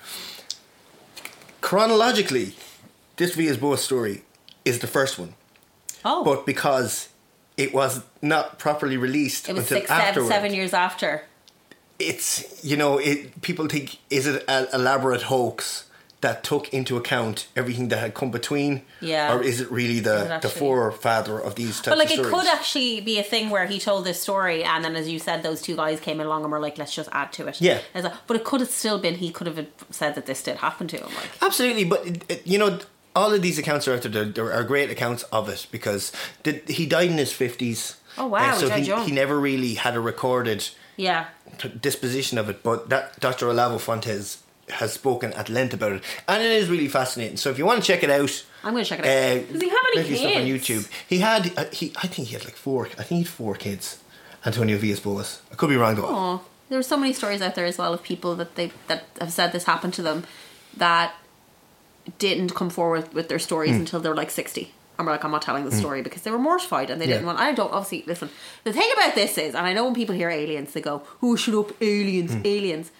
S5: chronologically, this Vias Boas story is the first one,
S3: oh,
S5: but because it was not properly released
S3: it was
S5: until
S3: six, seven,
S5: afterwards,
S3: seven years after.
S5: it's you know it. People think is it an elaborate hoax that took into account everything that had come between,
S3: Yeah.
S5: or is it really the
S3: Is it
S5: the
S3: actually-
S5: forefather of these types
S3: But like,
S5: of
S3: it
S5: stories?
S3: could actually be a thing where he told this story, and then, as you said, those two guys came along and were like, "Let's just add to it."
S5: Yeah.
S3: It's like- but it could have still been he could have said that this did happen to him. Like,
S5: Absolutely, but it, it- you know, all of these accounts are out there. There are great accounts of it because did, he died in his fifties. Uh,
S3: Oh, wow,
S5: so
S3: died
S5: he,
S3: young.
S5: he never really had a recorded
S3: yeah,
S5: t- disposition of it. But that Dr. Olavo Fontes has spoken at length about it, and it is really fascinating. So if you want to check it out,
S3: I'm gonna check it out.
S5: uh,
S2: he have any
S5: plenty of stuff on
S2: kids?
S5: YouTube. He had uh, he I think he had like four. I think he had four kids. Antonio Villas Boas. I could be wrong though.
S3: Oh, there are so many stories out there as well of people that they that have said this happened to them that didn't come forward with their stories until they were like sixty. And we're like, I'm not telling the story because they were mortified and they didn't
S5: Yeah.
S3: want. I don't obviously listen. The thing about this is, and I know when people hear aliens, they go, "Oh, shut up, aliens, aliens."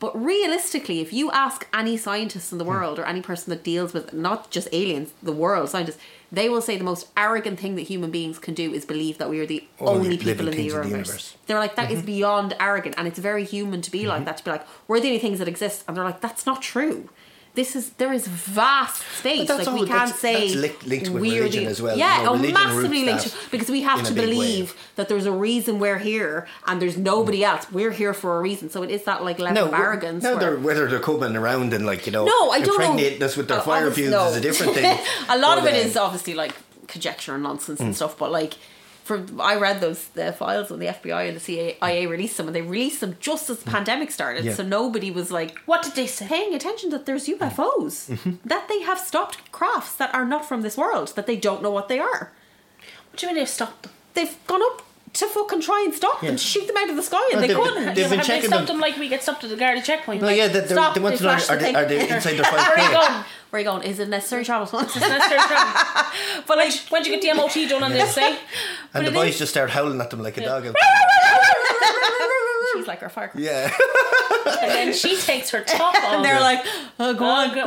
S3: But realistically, if you ask any scientist in the world or any person that deals with not just aliens, the world scientists, they will say the most arrogant thing that human beings can do is believe that we are the
S5: Only
S3: only
S5: living
S3: people in the
S5: things in the
S3: universe.
S5: universe. Mm-hmm.
S3: They're like, that is beyond arrogant. And it's very human to be like that, to be like, we're the only things that exist. And they're like, that's not true. This is there is vast space.
S5: that's
S3: Like
S5: all-
S3: we can't
S5: that's-
S3: say
S5: that's linked- linked with
S3: we're
S5: religion
S3: the,
S5: as well.
S3: Yeah,
S5: You know,
S3: oh,
S5: religion
S3: massively
S5: roots
S3: linked
S5: that
S3: to- because we
S5: in
S3: have
S5: a
S3: to
S5: big way.
S3: believe that there's a reason we're here and there's nobody
S5: Mm.
S3: else. We're here for a reason. So it is that like level of
S5: wh-
S3: arrogance.
S5: No,
S3: where-
S5: they're, whether they're coming around and like you know,
S3: No, I don't know.
S5: impregnate us with their
S3: Uh,
S5: fire
S3: obviously,
S5: fumes
S3: no.
S5: is a different thing.
S3: a lot
S5: But,
S3: of it
S5: um,
S3: is obviously like conjecture and nonsense
S5: Mm.
S3: and stuff, but like for I read those the files when the FBI and the CIA released them, and they released them just as the pandemic started,
S5: Mm. Yeah.
S3: so nobody was like
S2: What did they say?
S3: paying attention that there's UFOs,
S5: Mm-hmm.
S3: that they have stopped crafts that are not from this world, that they don't know what they are.
S2: What do you mean they've stopped them?
S3: They've gone up to fucking try and stop
S5: Yeah.
S3: them, shoot them out of the sky, and
S5: No,
S3: they
S5: they've-
S3: couldn't.
S5: they've been
S2: have
S5: checking
S2: they stopped them.
S5: them.
S2: like we get stopped at the guard checkpoint?
S5: No,
S2: Like,
S5: yeah, that they're,
S3: Stop,
S5: they want to
S3: they
S5: know
S3: flash
S5: are
S3: the
S5: they,
S3: thing.
S5: are they inside their five
S2: Where are you
S5: k?
S2: going?
S3: Where are you going? Is it necessary travel?
S2: That's their job.
S3: but like,
S2: When do you get the MOT done on this thing?
S5: And the
S2: it
S5: boys
S2: is-
S5: just start howling at them like a dog. out-
S3: she's like our fire.
S5: yeah,
S2: And then she takes her top off.
S3: And they're like, oh, go
S2: Uh,
S3: on, go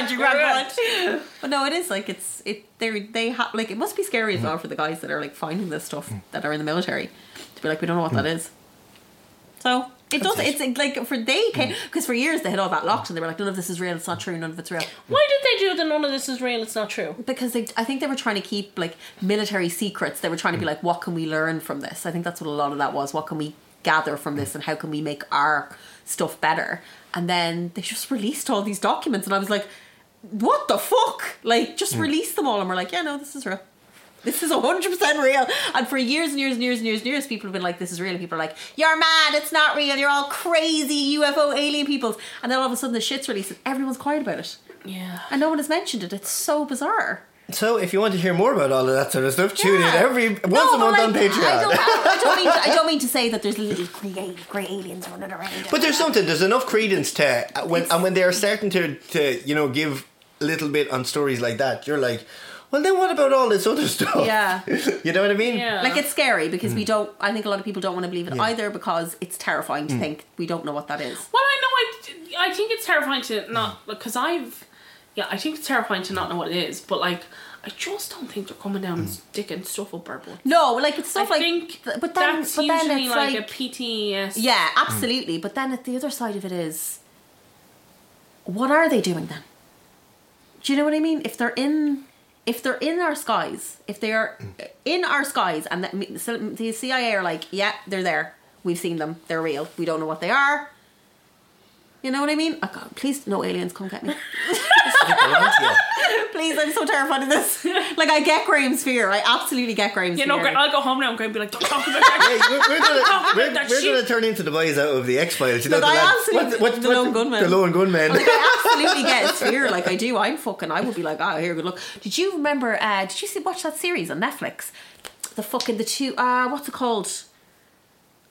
S3: on.
S2: Grant,
S3: But no, it is like it's it. They they ha- like it must be scary as well for the guys that are like finding this stuff that are in the military to be like we don't know what that is. So it does. It's like for they because for years they had all that locked and they were like none of this is real. It's not true. None of it's real
S2: Why did they do the none of this is real, it's not true?
S3: because they. I think they were trying to keep like military secrets. They were trying to be like what can we learn from this? I think that's what a lot of that was. What can we gather from this and how can we make our stuff better? And then they just released all these documents and I was like, what the fuck? Like just release them all and we're like, yeah, no, this is real. This is 100% real. And for years and years and years and years and years, people have been like, this is real. And people are like, you're mad. It's not real. You're all crazy UFO alien peoples. And then all of a sudden the shit's released and everyone's quiet about it.
S2: Yeah.
S3: And no one has mentioned it. It's so bizarre.
S5: So if you want to hear more about all of that sort of stuff, tune in every once
S3: No,
S5: a month
S3: but
S5: on
S3: like, Oh, I don't,
S5: Patreon.
S3: I, don't mean to, I don't mean to say that there's little grey, grey aliens running around.
S5: But there's something. There's enough credence to uh, when and when they are starting to to you know give a little bit on stories like that. You're like, well, then what about all this other stuff?
S3: Yeah.
S5: you know what I mean?
S2: Yeah.
S3: like it's scary because we don't. I think a lot of people don't want to believe it either because it's terrifying to think we don't know what that is.
S2: Well, I know. I I think it's terrifying to not because I've yeah. I think it's terrifying to not know what it is, but like I just don't think they're coming down and sticking stuff up our butt.
S3: No, like it's
S2: I
S3: stuff Mm. like.
S2: think,
S3: th- but then,
S2: that's
S3: but then
S2: usually
S3: it's
S2: like,
S3: like,
S2: a E PTS.
S3: yeah, absolutely. But then at the other side of it is, what are they doing then? Do you know what I mean? If they're in, if they're in our skies, if they are
S2: Mm.
S3: in our skies, and that, so the CIA are like, yeah, they're there. We've seen them. They're real. We don't know what they are. You know what I mean? Oh God, please, no aliens, come get me. please, I'm so terrified of this. Like, I get Graham's fear. I absolutely get Graham's
S2: You
S3: fear.
S2: know, Gra- I'll go home now and Greg be like, "Don't talk about that."
S5: Hey, we're, we're gonna we're,
S2: Oh, That
S5: we're gonna
S2: shit.
S5: turn into the boys out of the X Files. You know,
S3: Look,
S5: the,
S3: I
S5: lads-
S3: absolutely- the lone gunman. Oh
S5: The lone gunman.
S3: Like, I absolutely get his fear. Like I do. I'm fucking. I would be like, ah, here, good luck. Did you remember? Uh, did you see watch that series on Netflix? The fucking the two. Uh, what's it called?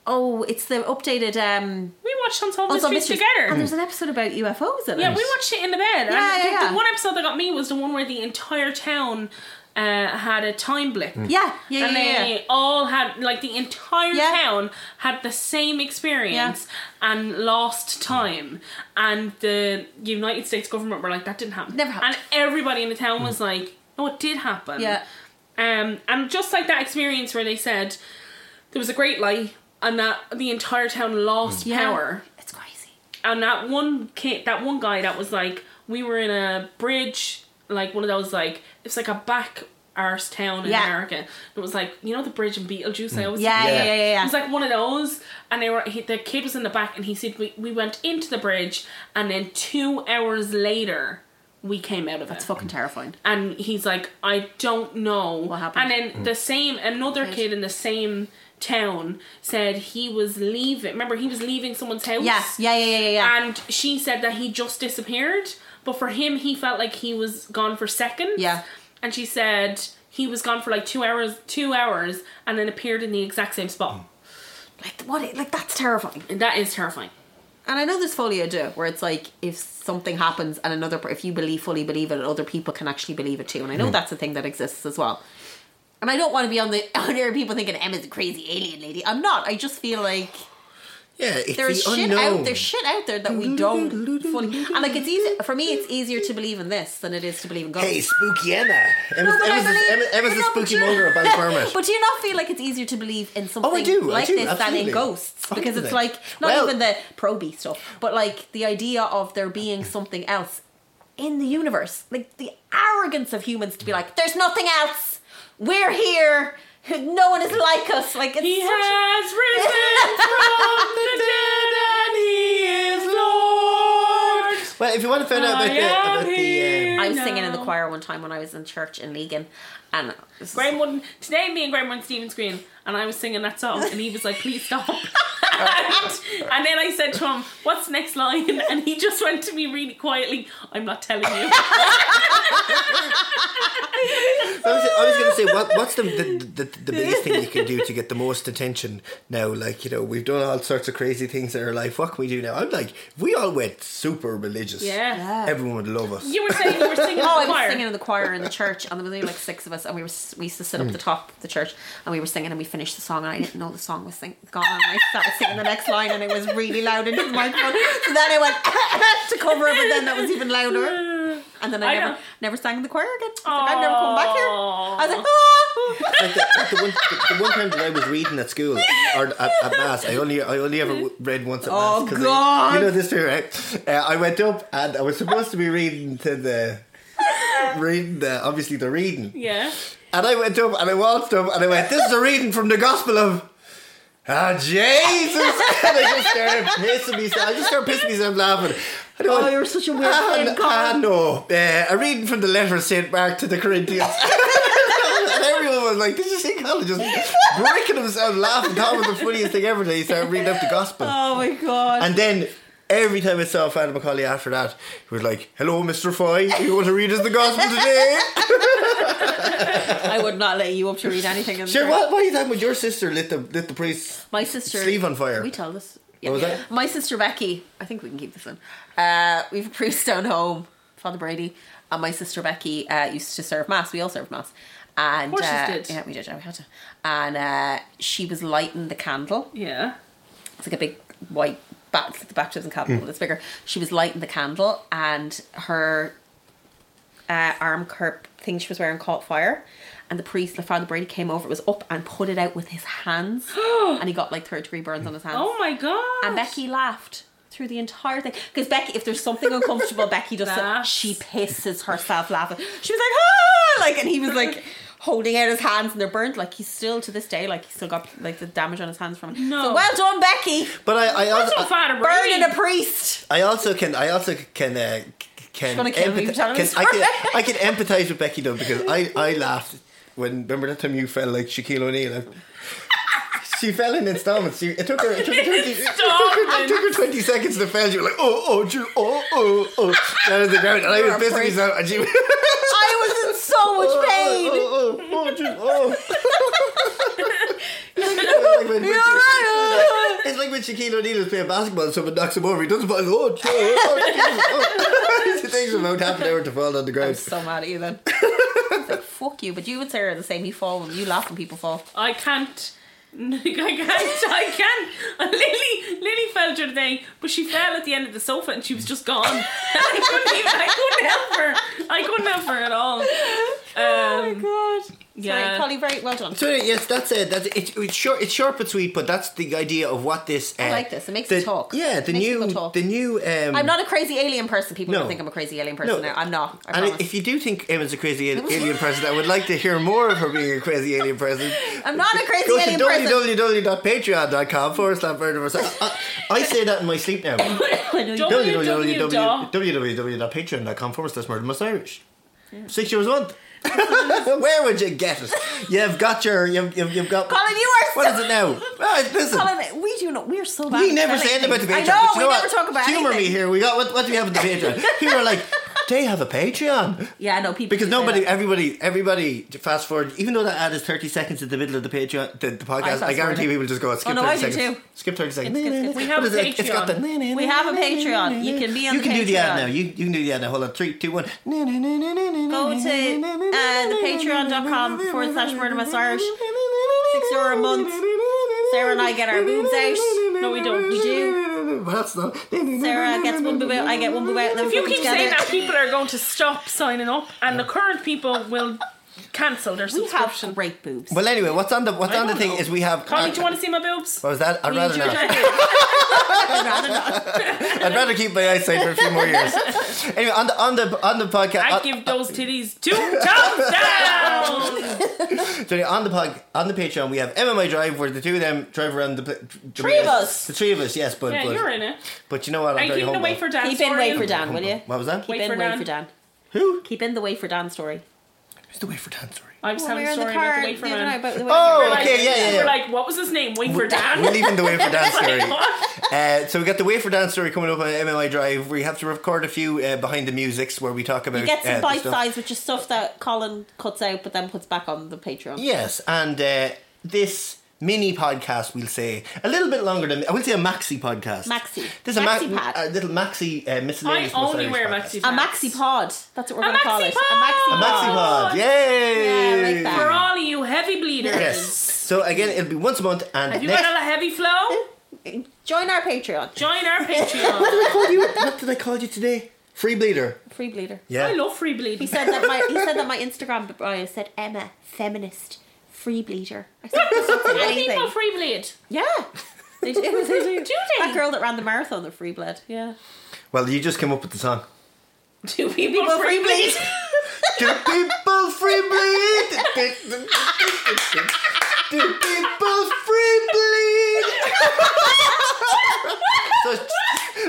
S3: Oh, it's the updated. um
S2: We watched Unsolved
S3: Unsolved
S2: Mysteries
S3: Mysteries.
S2: together.
S3: And there's an episode about UFOs in
S2: yeah,
S3: it.
S2: we watched it in the bed.
S3: Yeah,
S2: and the-
S3: yeah,
S2: the
S3: yeah.
S2: one episode that got me was the one where the entire town. uh, had a time blip.
S3: Yeah, Mm. yeah,
S2: and
S3: yeah, yeah,
S2: they all had like the entire
S3: Yeah.
S2: town had the same experience and lost time and the united states government were like that didn't happen
S3: Never happened. Mm.
S2: and everybody in the town was like oh it did happen
S3: Yeah.
S2: um and just like that experience where they said there was a great lie and that the entire town lost
S3: Yeah.
S2: power
S3: It's crazy.
S2: and that one kid, that one guy that was like, we were in a bridge, like one of those like, it's like a back arse town in
S3: Yeah.
S2: America. And it was like, you know, the bridge in Beetlejuice. I always
S3: Yeah,
S5: Yeah.
S3: yeah, yeah, yeah.
S2: It was like one of those, and they were he, the kid was in the back, and he said we, we went into the bridge, and then two hours later we came out of it
S3: it's fucking terrifying.
S2: and he's like, I don't know what
S3: happened?
S2: And then the same another kid in the same town said he was leaving. Remember, he was leaving someone's house.
S3: Yes, yeah, yeah, yeah, yeah, yeah.
S2: And she said that he just disappeared, but for him, he felt like he was gone for seconds.
S3: Yeah.
S2: And she said he was gone for like two hours, two hours, and then appeared in the exact same spot.
S3: like what? i- Like that's terrifying.
S2: And that is terrifying.
S3: And I know there's folio do where it's like if something happens and another, per- if you believe fully believe it, other people can actually believe it too. And I know
S5: Hmm.
S3: that's a thing that exists as well. And I don't want to be on the on here people thinking Emma's a crazy alien lady. I'm not. I just feel like
S5: Yeah, it's
S3: there's
S5: the
S3: shit
S5: unknown.
S3: out there's shit out there that we don't fully and like it's easy for me it's easier to believe in this than it is to believe in God.
S5: Hey, spooky Emma. Emma's,
S3: but I
S5: Emma's,
S3: believe-
S5: Emma- Emma's
S3: but
S5: the
S3: no, but
S5: spooky
S3: you-
S5: monger of Ballyfermot.
S3: But do you not feel like it's easier to believe in something
S5: do, Oh, I
S3: like
S5: do,
S3: this than in
S5: absolutely.
S3: ghosts?
S5: Oh,
S3: Because it's
S5: definitely.
S3: like not
S5: Well-
S3: even the proby stuff, but like the idea of there being something else in the universe. Like the arrogance of humans to be like, There's nothing else. We're here. No one is like us. Like it's
S2: He
S3: such-
S2: has risen from the dead, and he is Lord.
S5: Well, if you want to find out
S2: I
S5: about the,
S2: am
S5: about the
S2: here.
S5: um,
S3: I was singing in the
S2: now.
S3: choir one time when I was in church in Legan and this is-
S2: Graham wouldn't. Today, me and Graham were on Stephen's Green, and I was singing that song, and he was like, "Please stop." and, and then I said to him, "What's the next line?" And he just went to me really quietly, "I'm not telling you."
S5: I was, I was going to say, what, what's the the, the the biggest thing you can do to get the most attention now? Like, you know, we've done all sorts of crazy things in our life. What can we do now? I'm like, if we all went super religious.
S2: Yeah.
S5: Everyone would love us.
S2: You were saying you were singing in
S3: Oh, I
S2: the
S3: was
S2: choir.
S3: singing in the choir in the church, and there was only like six of us, and we were s- we used to sit up the
S5: Mm.
S3: top of the church, and we were singing, and we finished the song, and I didn't know the song was sing- gone, and I started singing the next line, and it was really loud into the microphone. So then I went to cover it, but then that was even louder, and then I,
S2: I
S3: never
S2: know.
S3: never sang in the choir again. I was like, I've never come back here. I was like, ah.
S5: Like the, like the, one, the, the one time that I was reading at school or at, at mass, I only I only ever w- read once at
S3: Oh,
S5: mass. 'cause I-
S3: God.
S5: you know this story, right? Uh, I went up and I was supposed to be reading to the reading the obviously the reading.
S2: Yeah.
S5: And I went up and I walked up and I went, This is a reading from the Gospel of. Ah, Jesus! and I just started pissing myself. I just started pissing myself laughing. And I went,
S3: Oh, you're such a weird
S5: ah,
S3: friend,
S5: ah,
S3: Colin."
S5: no. Uh, a reading from the letter of St. Mark to the Corinthians. and everyone was like, Did you see Colin just breaking himself laughing? That was the funniest thing ever that he started reading out the Gospel.
S3: Oh my god!
S5: And then every time I saw Father Macaulay after that, he was like, Hello, Mr. Foy, you want to read us the Gospel today?
S3: I would not let you up to read anything. In the
S5: Sure,
S3: church.
S5: what, what are you talking about? Your sister lit the lit the priest
S3: My sister
S5: sleeve on fire.
S3: We tell this. Yeah.
S5: was that?
S3: My sister Becky. I think we can keep this in. Uh, we've a priest down home, Father Brady, and my sister Becky uh, used to serve mass. We all served mass, and
S2: Of course
S3: uh,
S2: you did.
S3: yeah, we did. Yeah, we had to. And uh, she was lighting the candle.
S2: Yeah.
S3: It's like a big white bat, it's like the baptism
S5: Hmm.
S3: candle. It's bigger. She was lighting the candle, and her uh, arm, her thing she was wearing caught fire. And the priest, the Father Brady, came over. It was up and put it out with his hands, and he got like third degree burns on his hands.
S2: Oh my god.
S3: And Becky laughed through the entire thing. Because Becky, if there's something uncomfortable, Becky does it.
S2: Laughs.
S3: She pisses herself laughing. She was like, ah! Like, and he was like holding out his hands and they're burnt. Like, he's still, to this day, like, he's still got, like, the damage on his hands from it.
S2: No.
S3: So, well done, Becky!
S5: But I, I also
S2: That's not Father Brady.
S3: Burning a priest!
S5: I also can I also can uh, can,
S3: gonna kill me for telling
S5: can
S3: this
S5: I can
S3: story.
S5: I can empathize with Becky though because I I laughed when remember that time you fell like Shaquille O'Neal. Like, She fell in installments. She, it took her. It took her, 20, it took her, it took her twenty seconds to fall. She was like, oh, oh, Ju- oh, oh, oh, down to the ground, and I was
S3: You're a
S5: pissing
S3: prick.
S5: myself. And she, was
S3: I was in so much pain!
S5: Oh, oh, oh, oh, Ju- oh. Like when-
S3: You're right. oh.
S5: It's like when Shaquille O'Neal is playing basketball and someone knocks him over, he doesn't mind. Oh, Jesus, oh, Jesus, oh. it takes him about half an hour to fall on the
S3: I'm
S5: ground.
S3: so mad at you then. It's like, fuck you. But you and Sarah are the same. You fall when you laugh when people fall.
S2: I can't. I can't. I can't. And Lily, Lily fell the other day, but she fell at the end of the sofa and she was just gone. And I couldn't even. I couldn't help her. I couldn't help her at all. Um,
S3: Oh my god.
S2: yeah.
S3: Sorry, Polly, very well done.
S5: So anyway, yes, that's it. That's it. It's short. It's short but sweet. But that's the idea of what this. Uh,
S3: I like this. It makes
S5: the,
S3: you talk.
S5: Yeah, the
S3: Makes
S5: new,
S3: people talk.
S5: the new. Um,
S3: I'm not a crazy alien person. People
S5: No.
S3: don't think I'm a crazy alien person.
S5: No.
S3: now. I'm not. I
S5: and
S3: promise.
S5: if you do think Emma's a crazy al- alien person, I would like to hear more of her being a crazy alien person.
S3: I'm not a crazy
S5: Go to
S3: alien person.
S5: www.patreon.com forward slash murder for Sex. I, I say that in my sleep now.
S2: www.
S5: www.patreon.com forward slash murder must Irish. Six euros a month. Where would you get it? You've got your. You've, you've, you've got.
S3: Colin, you are.
S5: What
S3: so-
S5: is it now? Ah, listen.
S3: Colin, we do not. We are so bad.
S5: We
S3: at
S5: never say
S3: telling
S5: anything about the Patreon.
S3: things. I know.
S5: but you
S3: we
S5: know
S3: never
S5: what?
S3: talk about
S5: Humor
S3: anything.
S5: me here. We got what? What do we have with the Patreon? People are like, they have a Patreon
S3: Yeah, no. People
S5: because
S3: do say
S5: nobody,
S3: that.
S5: everybody, everybody. Fast forward, even though that ad is thirty seconds at the middle of the Patreon, the, the podcast. I,
S3: fast-forward
S5: guarantee
S3: it.
S5: people just go skip
S3: no, I
S5: thirty
S3: do
S5: seconds.
S3: too.
S5: Skip thirty seconds.
S3: Skip, skip, skip.
S5: We
S2: have a
S5: It's got the.
S3: We have a Patreon. You can be on
S5: You
S3: the
S5: can do the ad
S3: Patreon.
S5: now. You you can do the ad now. Hold on, three, two, one.
S3: Go to uh, the patreon.com forward slash murder must Irish. Six euro a month. Sarah and I get our boobs out.
S2: No, we don't.
S3: We do.
S5: But that's not.
S3: Sarah gets one boob out, I get one boob out, and then
S2: If
S3: we
S2: you
S3: put
S2: keep
S3: together.
S2: saying that, people are going to stop signing up, and the current people will cancel their
S3: we have
S2: subscription.
S3: great boobs.
S5: Well, anyway, what's on the what's on the
S2: don't
S5: thing
S2: know.
S5: is we have.
S2: Connie, do you want to see my boobs?
S5: What was that? I'd
S2: Will you
S5: rather
S2: do
S5: not.
S2: it again?
S3: I'd rather not.
S5: I'd rather keep my eyesight for a few more years. Anyway, on the on the on the podcast, uh,
S2: I
S5: on,
S2: give those titties two thumbs down.
S5: sorry, on the pod, on the Patreon, we have MMA Drive, where the two of them drive around the pla-
S3: Three of us.
S5: The three of us, yes, but
S2: Yeah,
S5: but,
S2: you're in it.
S5: but you know what? I'm
S2: Are you
S5: very
S2: keeping
S5: humble.
S2: away for Dan?
S3: Keep in
S2: story?
S3: wait for Dan, will you?
S5: What was that?
S3: Keep
S2: Wait
S3: in
S2: for
S3: wait
S2: Dan.
S3: for Dan.
S5: Who?
S3: Keep in the wait for Dan story.
S5: Who's the wait for Dan story?
S2: I was
S3: Well,
S2: having
S3: we
S2: a
S3: were in
S2: story
S3: the
S2: about
S3: car
S2: the wait for
S3: the other
S2: Dan.
S3: night about the wait
S5: Oh,
S3: for Dan.
S2: Like,
S5: okay, yeah, yeah,
S2: We're
S5: yeah.
S2: like, what was his name? Wait for
S5: We're
S2: Dan.
S5: leaving the wait for Dan story.
S2: What?
S5: Uh, so we got the wait for Dan story coming up on MMA Drive. We have to record a few uh, behind the musics where we talk about
S3: You get
S5: uh,
S3: some
S5: the
S3: bite
S5: stuff.
S3: size, which is stuff that Colin cuts out but then puts back on the Patreon.
S5: Yes, and uh, this mini podcast, we'll say, a little bit longer than I will say a maxi podcast.
S3: Maxi.
S5: This is a
S3: Maxi pad.
S5: A little maxi uh,
S2: I
S5: miscellaneous.
S2: only
S5: miscellaneous
S2: wear
S5: podcast.
S2: maxi
S3: A
S2: pants.
S3: maxi pod. That's what we're
S2: A
S3: going to call
S2: maxi
S3: it.
S2: pod!
S3: A maxi
S5: A
S3: pod.
S5: maxi pod. Yay!
S3: Yeah, I Oh. like that.
S2: For all you heavy bleeders.
S5: Yes. So again, it'll be once a month, and
S2: Have you
S5: next.
S2: got a heavy flow?
S3: Join our Patreon.
S2: Join our Patreon.
S5: What did I call you? What did I call you today? Free bleeder.
S3: Free bleeder.
S5: Yeah.
S2: I love free
S3: He
S2: bleeding.
S3: said that my he said that my Instagram bio said Emma feminist free bleeder. I said "This doesn't mean
S2: People
S3: anything.
S2: free bleed.
S3: Yeah, they do. They do.
S2: Do they?
S3: That girl that ran the marathon, the free bled. Yeah,
S5: well, you just came up with the song.
S2: Do people, free bleed?
S5: Do people free bleed? Do people free bleed? so,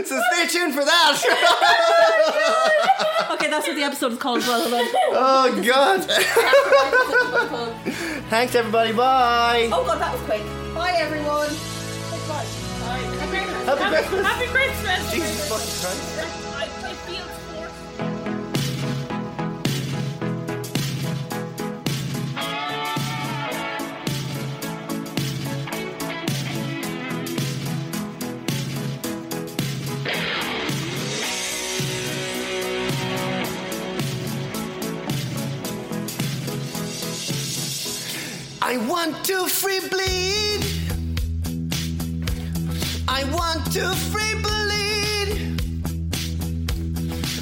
S5: so stay tuned for that.
S3: Okay, that's what the episode is called. Well, well.
S5: Oh God! Thanks everybody. Bye.
S3: Oh god, that was quick. Bye everyone. Goodbye.
S5: Happy Christmas.
S2: Happy Christmas.
S5: Jesus fucking Christ.
S2: I, it feels forced.
S5: I want to free bleed. I want to free bleed.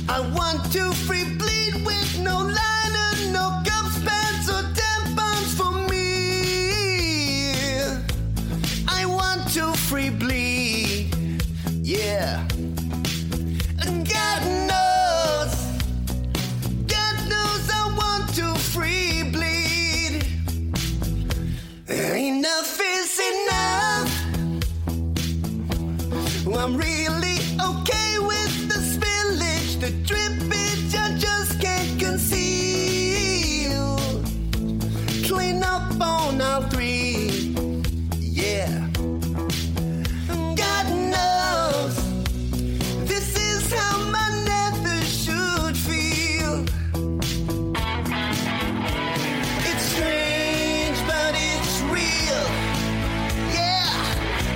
S5: I want to free bleed with no liner, no cups, pants, or tampons for me. I want to free bleed. Yeah. And God knows, God knows I want to free bleed. Enough is enough. I'm really okay with the spillage, the drippage, I just can't conceal. Clean up on all three, yeah. God knows this is how my never should feel. It's strange, but it's real. Yeah.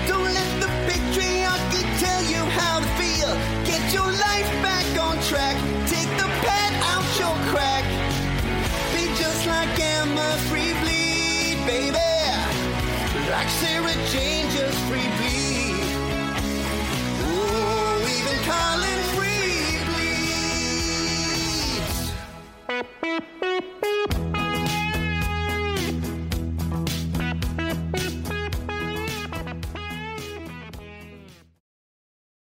S5: Don't let the patriarchy tell you how to feel. Get your life back on track. Take the pad out your crack. Be just
S6: Just like Emma Free Bleed, baby. Like Sarah Jane, just free bleed.